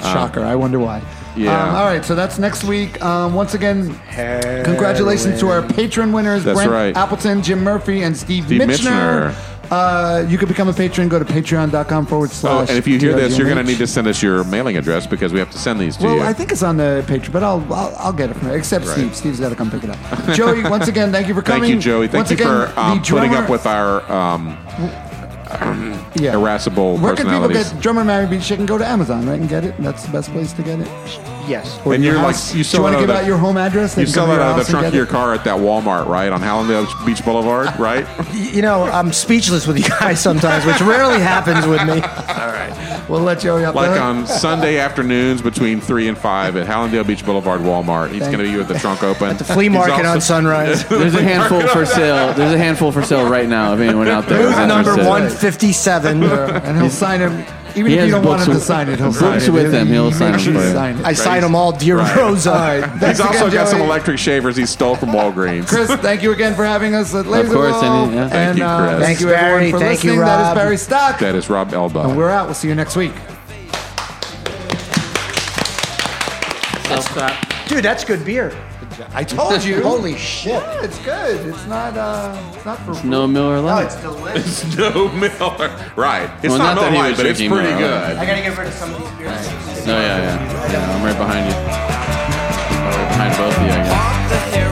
S2: Shocker. I wonder why.
S4: Yeah.
S2: Um, all right. So that's next week. Um, once again, congratulations to our patron winners
S4: That's
S2: Brent
S4: right.
S2: Appleton, Jim Murphy, and Steve,
S4: Steve
S2: Mitchner.
S4: Mitchner.
S2: Uh, you can become a patron. Go to patreon.com forward
S4: Oh,
S2: slash.
S4: and if you hear this, you're going to
S2: TRGMH.
S4: need to send us your mailing address because we have to send these to
S2: Well,
S4: you.
S2: I think it's on the Patreon, but I'll I'll, I'll get it from there. Except
S4: Right.
S2: Steve. Steve's got to come pick it up. Joey, once again, thank you for coming.
S4: Thank you, Joey. Thank
S2: once
S4: you
S2: again,
S4: for um,
S2: the
S4: putting
S2: drummer-
S4: up with our um,
S2: yeah.
S4: irascible
S2: Where can people
S4: personalities.
S2: get drummer Mary Beach? They can go to Amazon, right, and get it. That's the best place to get it.
S5: Yes.
S2: Or
S4: And
S2: your
S4: you're like-
S2: house.
S4: you
S2: Do
S4: sell
S2: you
S4: it
S2: want to
S4: out
S2: give
S4: of
S2: out
S4: the-
S2: your home address? They
S4: you
S2: can
S4: sell
S2: come
S4: that
S2: to your
S4: out of
S2: house
S4: the
S2: and
S4: trunk
S2: get
S4: of
S2: it?
S4: your car at that Walmart, right on Hallandale Beach Boulevard, right?
S5: You know, I'm speechless with you guys sometimes, which rarely happens with me. All right.
S2: We'll let Joey up
S4: Like
S2: there.
S4: on Sunday afternoons between three and five at Hallandale Beach Boulevard Walmart. He's
S2: Thank-
S4: going to be with the trunk open. At
S5: the flea market on Sunrise.
S3: There's a handful for sale. There's a handful for sale right now. If anyone out there is
S5: Booth number
S3: interested.
S5: one fifty-seven.
S2: and he'll sign him. Even
S3: He
S2: if
S3: has
S2: you don't want
S3: books
S2: him to
S3: with-
S2: sign it, he'll
S3: books
S2: sign it.
S3: with him, he'll
S2: Make
S3: sign 'em
S2: sure you
S3: for you.
S2: sign it.
S5: I sign them all, dear
S4: Right.
S5: Rosa.
S2: All right.
S4: He's
S2: Thanks
S4: also
S2: again,
S4: got some
S2: Joey.
S4: electric shavers he stole from Walgreens.
S2: Chris, thank you again for having us at Laser
S3: course,
S2: World.
S3: any- yeah.
S2: And,
S3: Thank
S4: you,
S2: uh,
S4: Chris.
S2: thank you
S5: Thanks,
S2: everyone
S5: Barry.
S2: for
S5: Thank you,
S2: listening. that is
S5: Rob.
S2: Barry Stock.
S4: that is Rob Elba.
S2: and we're out. We'll see you next week.
S5: Dude, that's good beer.
S2: I told you.
S5: Holy shit.
S2: Yeah, it's good. It's not. Uh, it's not for.
S3: No Miller Lite.
S5: delicious.
S4: It's no Miller. Right. It's
S3: Well,
S4: not,
S3: not
S4: Miller
S3: that he
S4: Lite,
S3: was
S4: but it's
S3: drinking uh,
S4: pretty
S3: Miller Lite. Oh,
S4: good.
S5: I gotta get rid of some of these beers.
S3: No, yeah, yeah. yeah I'm right behind you. Right behind both of you, I guess.
S7: Walk the hill Oh.